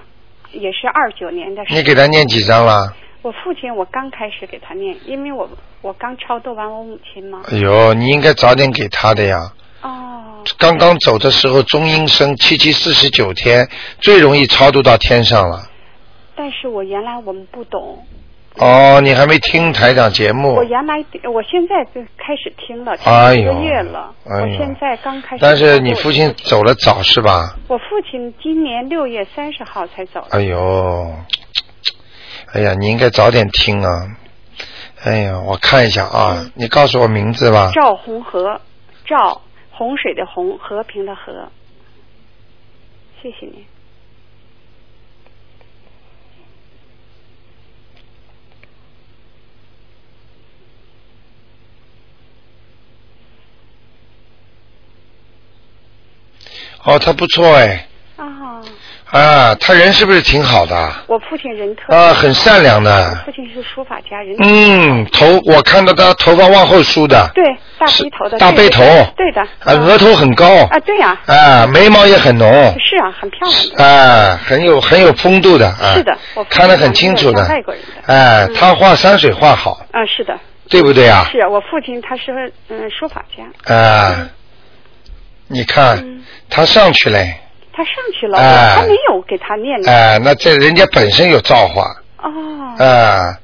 [SPEAKER 9] 也是嗯二九年的事。
[SPEAKER 1] 你给他念几张了？
[SPEAKER 9] 我父亲，我刚开始给他念，因为我我刚超度完我母亲嘛。
[SPEAKER 1] 哎呦，你应该早点给他的呀。
[SPEAKER 9] 哦，
[SPEAKER 1] 刚刚走的时候，中阴身七七四十九天，最容易超度到天上了。
[SPEAKER 9] 但是我原来我们不懂，
[SPEAKER 1] 哦，你还没听台长节目
[SPEAKER 9] 嗯我，原来我现在就开始听了，听
[SPEAKER 1] 哦哎
[SPEAKER 9] 了一
[SPEAKER 1] 呦
[SPEAKER 9] 个月了。
[SPEAKER 1] 哎呦
[SPEAKER 9] 我现在刚开始。
[SPEAKER 1] 但是你父亲走了早是吧？
[SPEAKER 9] 我父亲今年六月三十号才走的，
[SPEAKER 1] 哎呦，哎呀，你应该早点听啊！哎呀，我看一下啊，你告诉我名字吧。
[SPEAKER 9] 嗯赵红河，赵洪水的洪，和平的和。谢谢你。
[SPEAKER 1] 哦，他不错哎，
[SPEAKER 9] 啊，
[SPEAKER 1] 啊，他人是不是挺好的？
[SPEAKER 9] 我父亲人特别
[SPEAKER 1] 啊
[SPEAKER 9] 好
[SPEAKER 1] 很善良的
[SPEAKER 9] 我父亲是书法家，人
[SPEAKER 1] 嗯，头我看到他头发往后梳的，
[SPEAKER 9] 对大背头的
[SPEAKER 1] 大背头
[SPEAKER 9] 对的，
[SPEAKER 1] 啊，额头很高，
[SPEAKER 9] 啊，对呀、
[SPEAKER 1] 啊，眉毛也很浓，
[SPEAKER 9] 是啊，很漂亮
[SPEAKER 1] <laughs>
[SPEAKER 9] 的。
[SPEAKER 1] 啊，很有很有风度的啊，
[SPEAKER 9] 是的，我父亲
[SPEAKER 1] 看得很清楚的
[SPEAKER 9] 像外国人的，嗯
[SPEAKER 1] 哎，他画山水画好，
[SPEAKER 9] 啊，是的，
[SPEAKER 1] 对不对啊？
[SPEAKER 9] 是啊，我父亲他是嗯书法家，
[SPEAKER 1] 啊，你看他上去了，
[SPEAKER 9] 他上去了，
[SPEAKER 1] 哎
[SPEAKER 9] 嗯我还没有给他念呢。
[SPEAKER 1] 哎，那这人家本身有造化，
[SPEAKER 9] 哦，
[SPEAKER 1] 啊，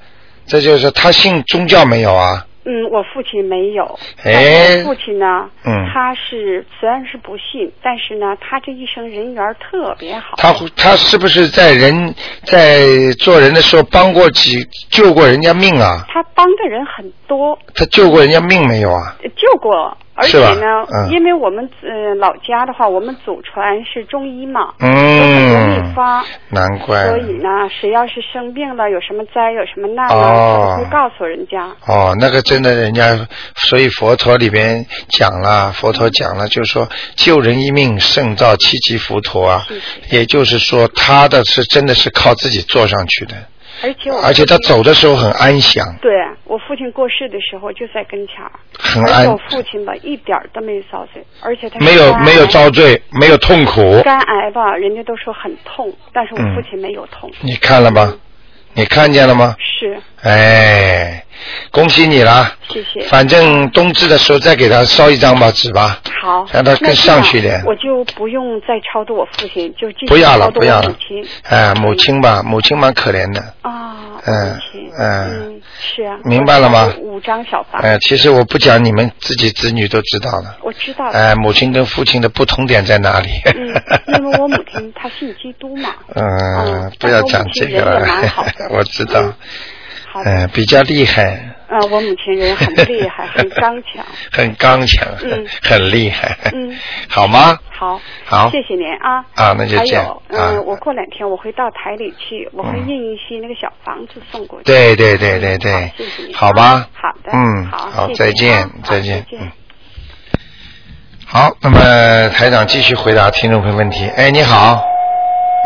[SPEAKER 1] 这就是他信宗教没有啊？
[SPEAKER 9] 嗯，我父亲没有。
[SPEAKER 1] 哎
[SPEAKER 9] 但我父亲呢？
[SPEAKER 1] 嗯
[SPEAKER 9] 他是虽然是不信，但是呢，他这一生人缘儿特别好。
[SPEAKER 1] 他他是不是在人在做人的时候帮过几救过人家命啊？
[SPEAKER 9] 他帮的人很多，
[SPEAKER 1] 他救过人家命没有啊？
[SPEAKER 9] 救过，而
[SPEAKER 1] 是
[SPEAKER 9] 且
[SPEAKER 1] 吧
[SPEAKER 9] 呢，
[SPEAKER 1] 嗯
[SPEAKER 9] 因为我们呃老家的话，我们祖传是中医嘛，
[SPEAKER 1] 嗯
[SPEAKER 9] 都很容易发，
[SPEAKER 1] 难怪。啊
[SPEAKER 9] 所以呢，谁要是生病了，有什么灾，有什么难呢，
[SPEAKER 1] 哦
[SPEAKER 9] 他都会告诉人家。
[SPEAKER 1] 哦，那个真的，人家所以佛陀里边讲了，佛陀讲了，就是说救人一命胜造七级浮屠啊，也就是说他的是真的是靠自己做上去的，
[SPEAKER 9] 而且我
[SPEAKER 1] 而且他
[SPEAKER 9] 父亲
[SPEAKER 1] 走的时候很安详，
[SPEAKER 9] 对我父亲过世的时候就在跟前儿，
[SPEAKER 1] 很
[SPEAKER 9] 而且我
[SPEAKER 1] 安，
[SPEAKER 9] 父亲吧一点儿都没遭罪，而且他是
[SPEAKER 1] 没有
[SPEAKER 9] 肝
[SPEAKER 1] 没有
[SPEAKER 9] 癌
[SPEAKER 1] 遭罪，没有痛苦，
[SPEAKER 9] 肝癌吧，人家都说很痛，但是我
[SPEAKER 1] 嗯
[SPEAKER 9] 父亲没有痛，
[SPEAKER 1] 你看了吗？你看见了吗？
[SPEAKER 9] 是
[SPEAKER 1] 哎，恭喜你啦！
[SPEAKER 9] 谢谢。
[SPEAKER 1] 反正冬至的时候再给他烧一张吧，纸吧。
[SPEAKER 9] 好，
[SPEAKER 1] 让他
[SPEAKER 9] 那
[SPEAKER 1] 更
[SPEAKER 9] 这样
[SPEAKER 1] 上去一点
[SPEAKER 9] 我就不用再超度我父亲，就继
[SPEAKER 1] 不
[SPEAKER 9] 续
[SPEAKER 1] 要了
[SPEAKER 9] 超度
[SPEAKER 1] 不要
[SPEAKER 9] 我
[SPEAKER 1] 了
[SPEAKER 9] 母亲
[SPEAKER 1] 哎，母亲吧，母亲蛮可怜的。
[SPEAKER 9] 啊，我
[SPEAKER 1] 嗯
[SPEAKER 9] 母亲，
[SPEAKER 1] 嗯，
[SPEAKER 9] 是啊，
[SPEAKER 1] 明白了吗
[SPEAKER 9] 五张小房，
[SPEAKER 1] 哎，其实我不讲，你们自己子女都知道了。
[SPEAKER 9] 我知道的，
[SPEAKER 1] 哎，母亲跟父亲的不同点在哪里？
[SPEAKER 9] 嗯，因为我母亲她信基督嘛，
[SPEAKER 1] <laughs> 嗯
[SPEAKER 9] 嗯，
[SPEAKER 1] 不要讲这个了
[SPEAKER 9] 但是我母亲人也蛮好的，
[SPEAKER 1] <laughs>
[SPEAKER 9] 嗯
[SPEAKER 1] 我知道。
[SPEAKER 9] 好的，
[SPEAKER 1] 嗯，比较厉害，
[SPEAKER 9] 啊，我母亲人很厉害，很刚强，
[SPEAKER 1] <laughs> 很刚强
[SPEAKER 9] 嗯，
[SPEAKER 1] 很厉害，
[SPEAKER 9] 嗯，
[SPEAKER 1] <laughs> 好吗？
[SPEAKER 9] 好，
[SPEAKER 1] 好
[SPEAKER 9] 谢谢您啊，
[SPEAKER 1] 啊那就
[SPEAKER 9] 还
[SPEAKER 1] 这样
[SPEAKER 9] 有，
[SPEAKER 1] 啊
[SPEAKER 9] 嗯，我过两天我会到台里去，我会
[SPEAKER 1] 嗯
[SPEAKER 9] 印一些那个小房子送过去，
[SPEAKER 1] 对对对对
[SPEAKER 9] 好
[SPEAKER 1] 对
[SPEAKER 9] 谢谢，你
[SPEAKER 1] 好吧
[SPEAKER 9] 啊。好的
[SPEAKER 1] 嗯，
[SPEAKER 9] 好谢谢
[SPEAKER 1] 再见
[SPEAKER 9] 啊，好
[SPEAKER 1] 再
[SPEAKER 9] 再
[SPEAKER 1] 见，
[SPEAKER 9] 见
[SPEAKER 1] 嗯。好，那么台长继续回答听众朋友问题。哎，你好，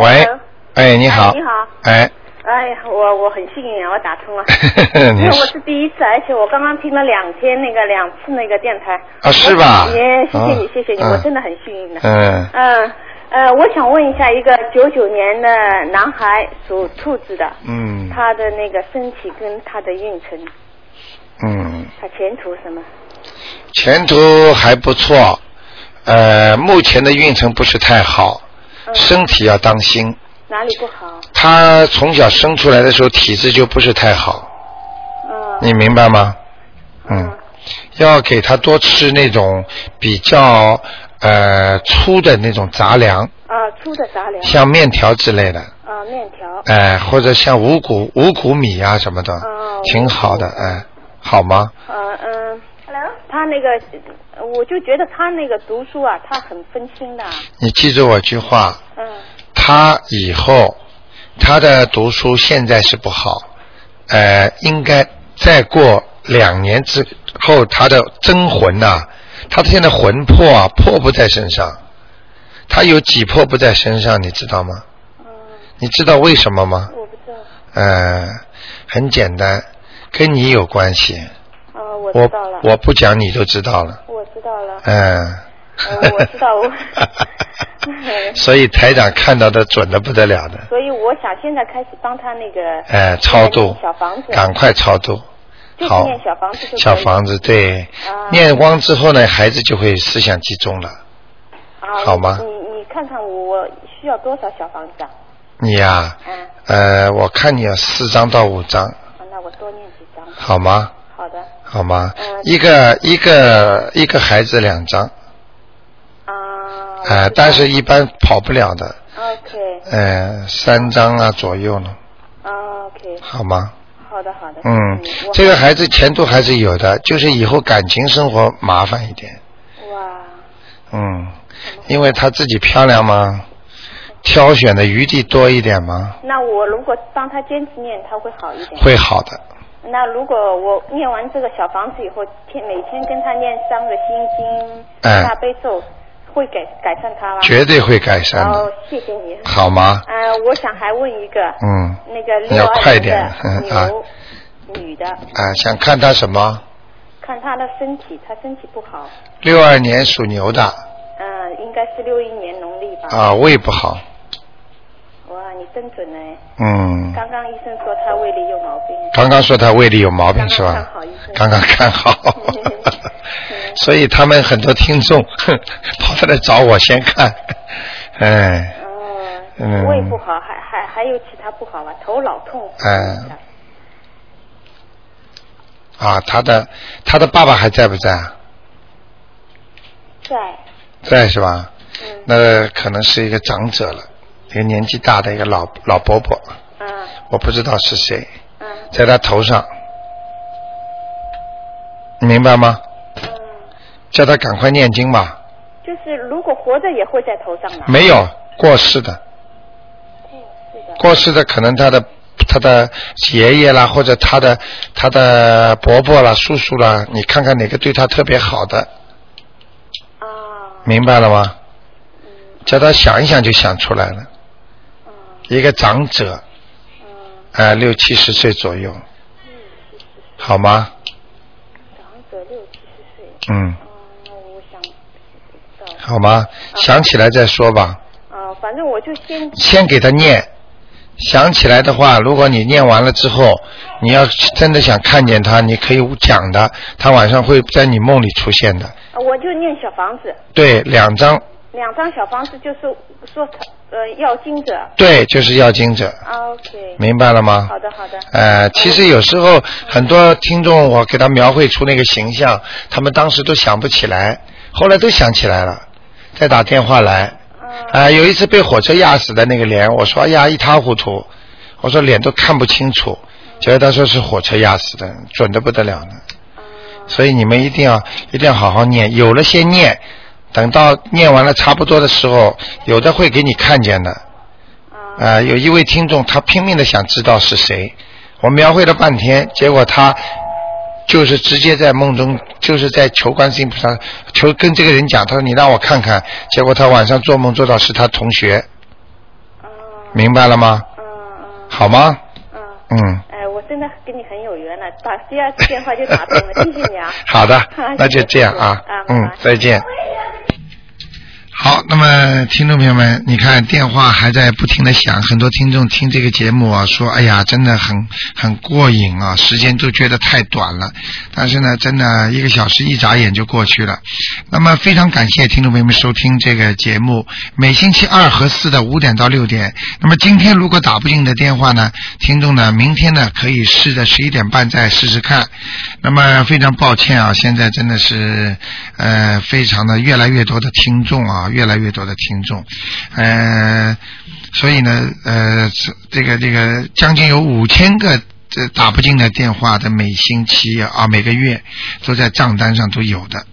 [SPEAKER 1] 喂
[SPEAKER 10] Hello，，
[SPEAKER 1] 哎，你好，
[SPEAKER 10] 哎你好
[SPEAKER 1] 哎，。
[SPEAKER 10] 哎呀，我我很幸运，啊我打通了因
[SPEAKER 1] 你
[SPEAKER 10] 为
[SPEAKER 1] 是
[SPEAKER 10] 我是第一次，而且我刚刚听了两天那个两次那个电台。
[SPEAKER 1] 啊是吧
[SPEAKER 10] 耶，谢谢你哎
[SPEAKER 1] 啊，
[SPEAKER 10] 谢谢你，
[SPEAKER 1] 嗯
[SPEAKER 10] 我真的很幸运的。
[SPEAKER 1] 嗯
[SPEAKER 10] 嗯呃，我想问一下，一个九九年的男孩属兔子的，
[SPEAKER 1] 嗯
[SPEAKER 10] 他的那个身体跟他的运程，
[SPEAKER 1] 嗯，
[SPEAKER 10] 他前途什么？
[SPEAKER 1] 前途还不错，呃，目前的运程不是太好，
[SPEAKER 10] 嗯
[SPEAKER 1] 身体要当心。
[SPEAKER 10] 哪里不好？
[SPEAKER 1] 他从小生出来的时候体质就不是太好，
[SPEAKER 10] 呃
[SPEAKER 1] 你明白吗？嗯，要给他多吃那种比较呃粗的那种杂粮，
[SPEAKER 10] 啊，粗的杂粮。
[SPEAKER 1] 像面条之类的，
[SPEAKER 10] 啊，面条。
[SPEAKER 1] 哎、或者像五谷五谷米啊什么的，挺好的，哎、好吗？
[SPEAKER 10] 呃嗯。他那个，呃我就觉得他那个读书啊，他很分心的啊。
[SPEAKER 1] 你记住我一句话，
[SPEAKER 10] 嗯。
[SPEAKER 1] 他以后他的读书现在是不好，呃，应该再过两年之后，他的真魂呐、他现在魂魄啊，魄不在身上，他有几魄不在身上，你知道吗？你知道为什么吗？
[SPEAKER 10] 我不知道。
[SPEAKER 1] 呃，很简单，跟你有关系。
[SPEAKER 10] 啊，我知
[SPEAKER 1] 我
[SPEAKER 10] 道了。
[SPEAKER 1] 我不讲你就知道了，
[SPEAKER 10] 我知道了，
[SPEAKER 1] 嗯、
[SPEAKER 10] 呃、我知道我，
[SPEAKER 1] <laughs> 所以台长看到的准的不得了的。
[SPEAKER 10] 所以我想现在开始帮他那个
[SPEAKER 1] 哎，超度，
[SPEAKER 10] 小房子，
[SPEAKER 1] 赶快超度，
[SPEAKER 10] 就是
[SPEAKER 1] 好
[SPEAKER 10] 念小房子就可以
[SPEAKER 1] 小房子对，念光之后呢，孩子就会思想集中了。
[SPEAKER 10] 啊，
[SPEAKER 1] 好吗
[SPEAKER 10] 你你看看我需要多少小房子啊？
[SPEAKER 1] 你呀、呃，我看你要四张到五张，
[SPEAKER 10] 啊那多念几张。
[SPEAKER 1] 好吗？
[SPEAKER 10] 好的。
[SPEAKER 1] 好吗？
[SPEAKER 10] 嗯哦
[SPEAKER 1] 一个一个一个孩子两张。啊。哎，但是一般跑不了的，
[SPEAKER 10] OK
[SPEAKER 1] 呃，三张啊左右呢，
[SPEAKER 10] 啊 OK，
[SPEAKER 1] 好吗？
[SPEAKER 10] 好的好的。
[SPEAKER 1] 嗯
[SPEAKER 10] 我，
[SPEAKER 1] 这个孩子前途还是有的，就是以后感情生活麻烦一点。哇。嗯，因为她自己漂亮嘛，挑选的余地多一点嘛，
[SPEAKER 10] 那我如果帮他坚持念，他会好一点。
[SPEAKER 1] 会好的。
[SPEAKER 10] 那如果我念完这个小房子以后，天每天跟他念三个心经、
[SPEAKER 1] 哎
[SPEAKER 10] 大悲咒，会改改善他吗？
[SPEAKER 1] 绝嗯对会改善的
[SPEAKER 10] 哦，谢谢你。
[SPEAKER 1] 好吗
[SPEAKER 10] 呃，我想还问一个，
[SPEAKER 1] 嗯，
[SPEAKER 10] 那个
[SPEAKER 1] 你要
[SPEAKER 10] 六二
[SPEAKER 1] 快
[SPEAKER 10] 零
[SPEAKER 1] 点
[SPEAKER 10] 的
[SPEAKER 1] 嗯
[SPEAKER 10] 牛、
[SPEAKER 1] <laughs> 啊
[SPEAKER 10] 女的，
[SPEAKER 1] 啊、想看她什么？
[SPEAKER 10] 看她的身体，她身体不好，
[SPEAKER 1] 六二年属牛的
[SPEAKER 7] 呃
[SPEAKER 10] 嗯、应该是六一年农历吧。
[SPEAKER 1] 啊，胃不好，
[SPEAKER 10] 哇，你真准哎！
[SPEAKER 1] 嗯，
[SPEAKER 10] 刚刚医生说他胃里有毛病。
[SPEAKER 1] 刚刚说她胃里有毛病是吧？刚刚看好， <laughs> 所以他们很多听众 <laughs> 哼跑过来找我先看，哎，嗯，
[SPEAKER 10] 胃不好，还还还有其他不好吧？头老痛。
[SPEAKER 1] 嗯，啊，他的他的爸爸还在不在啊？
[SPEAKER 10] 在。
[SPEAKER 1] 在是吧？那可能是一个长者了，一个年纪大的一个老老伯伯。
[SPEAKER 10] 嗯
[SPEAKER 1] 我不知道是谁。在他头上。你明白吗？叫他赶快念经吧。
[SPEAKER 10] 嗯就是如果活着也会在头上吗？哦
[SPEAKER 1] 没有过世的。过世的可能他的他的爷爷啦，或者他的他的伯伯啦、叔叔啦，你看看哪个对他特别好的。
[SPEAKER 10] 啊
[SPEAKER 1] 明白了吗？叫他想一想就想出来了。
[SPEAKER 10] 嗯
[SPEAKER 1] 一个长者，哎、六七十岁左右，好吗？
[SPEAKER 10] 嗯
[SPEAKER 1] 长者六七十岁。嗯。好吗？想起来再说吧。
[SPEAKER 10] 啊、反正我就先
[SPEAKER 1] 先给他念。想起来的话，如果你念完了之后，你要真的想看见他，你可以讲的，他晚上会在你梦里出现的。
[SPEAKER 10] 呃我就念小房子，
[SPEAKER 1] 对，两张，
[SPEAKER 10] 两张小房子就是说呃要经者。
[SPEAKER 1] 对，就是要经者。
[SPEAKER 10] 啊 OK。
[SPEAKER 1] 明白了吗
[SPEAKER 10] 好的好的。
[SPEAKER 1] 呃，其实有时候很多听众，我给他描绘出那个形象，他们当时都想不起来，后来都想起来了，再打电话来。啊、有一次被火车压死的那个脸，我说哎呀一塌糊涂，我说脸都看不清楚，结果他说是火车压死的，准的不得了呢。所以你们一定要一定要好好念，有了先念，等到念完了差不多的时候，有的会给你看见的。啊、有一位听众他拼命的想知道是谁，我描绘了半天，结果他就是直接在梦中，就是在求观世音菩萨，求跟这个人讲，他说你让我看看，结果他晚上做梦做到是他同学，明白了吗？
[SPEAKER 10] 嗯
[SPEAKER 1] 好吗？嗯，
[SPEAKER 10] 哎，我真的跟你很有缘了，打第二次电话就打通
[SPEAKER 1] <laughs>
[SPEAKER 10] 了，谢谢你啊。，
[SPEAKER 1] 好的
[SPEAKER 10] <laughs>
[SPEAKER 1] 那就这样
[SPEAKER 10] 谢谢
[SPEAKER 1] 啊
[SPEAKER 10] 啊，
[SPEAKER 1] 嗯，再见。好，那么听众朋友们，你看电话还在不停的响，很多听众听这个节目啊，说哎呀，真的很很过瘾啊，时间都觉得太短了。但是呢，真的一个小时一眨眼就过去了。那么非常感谢听众朋友们收听这个节目，每星期二和四的五点到六点。那么今天如果打不进的电话呢，听众呢，明天呢可以试着十一点半再试试看。那么非常抱歉啊，现在真的是呃，非常的越来越多的听众啊，越来越多的听众，呃，所以呢，呃，这个这个将近有五千个。这打不进的电话的每星期啊，每个月都在账单上都有的。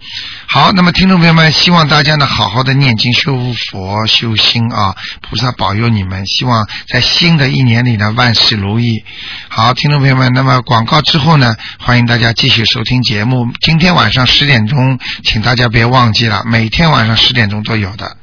[SPEAKER 1] 好，那么听众朋友们，希望大家呢好好的念经修佛修心啊，菩萨保佑你们。希望在新的一年里呢，万事如意。好，听众朋友们，那么广告之后呢，欢迎大家继续收听节目。今天晚上十点钟，请大家别忘记了，每天晚上十点钟都有的。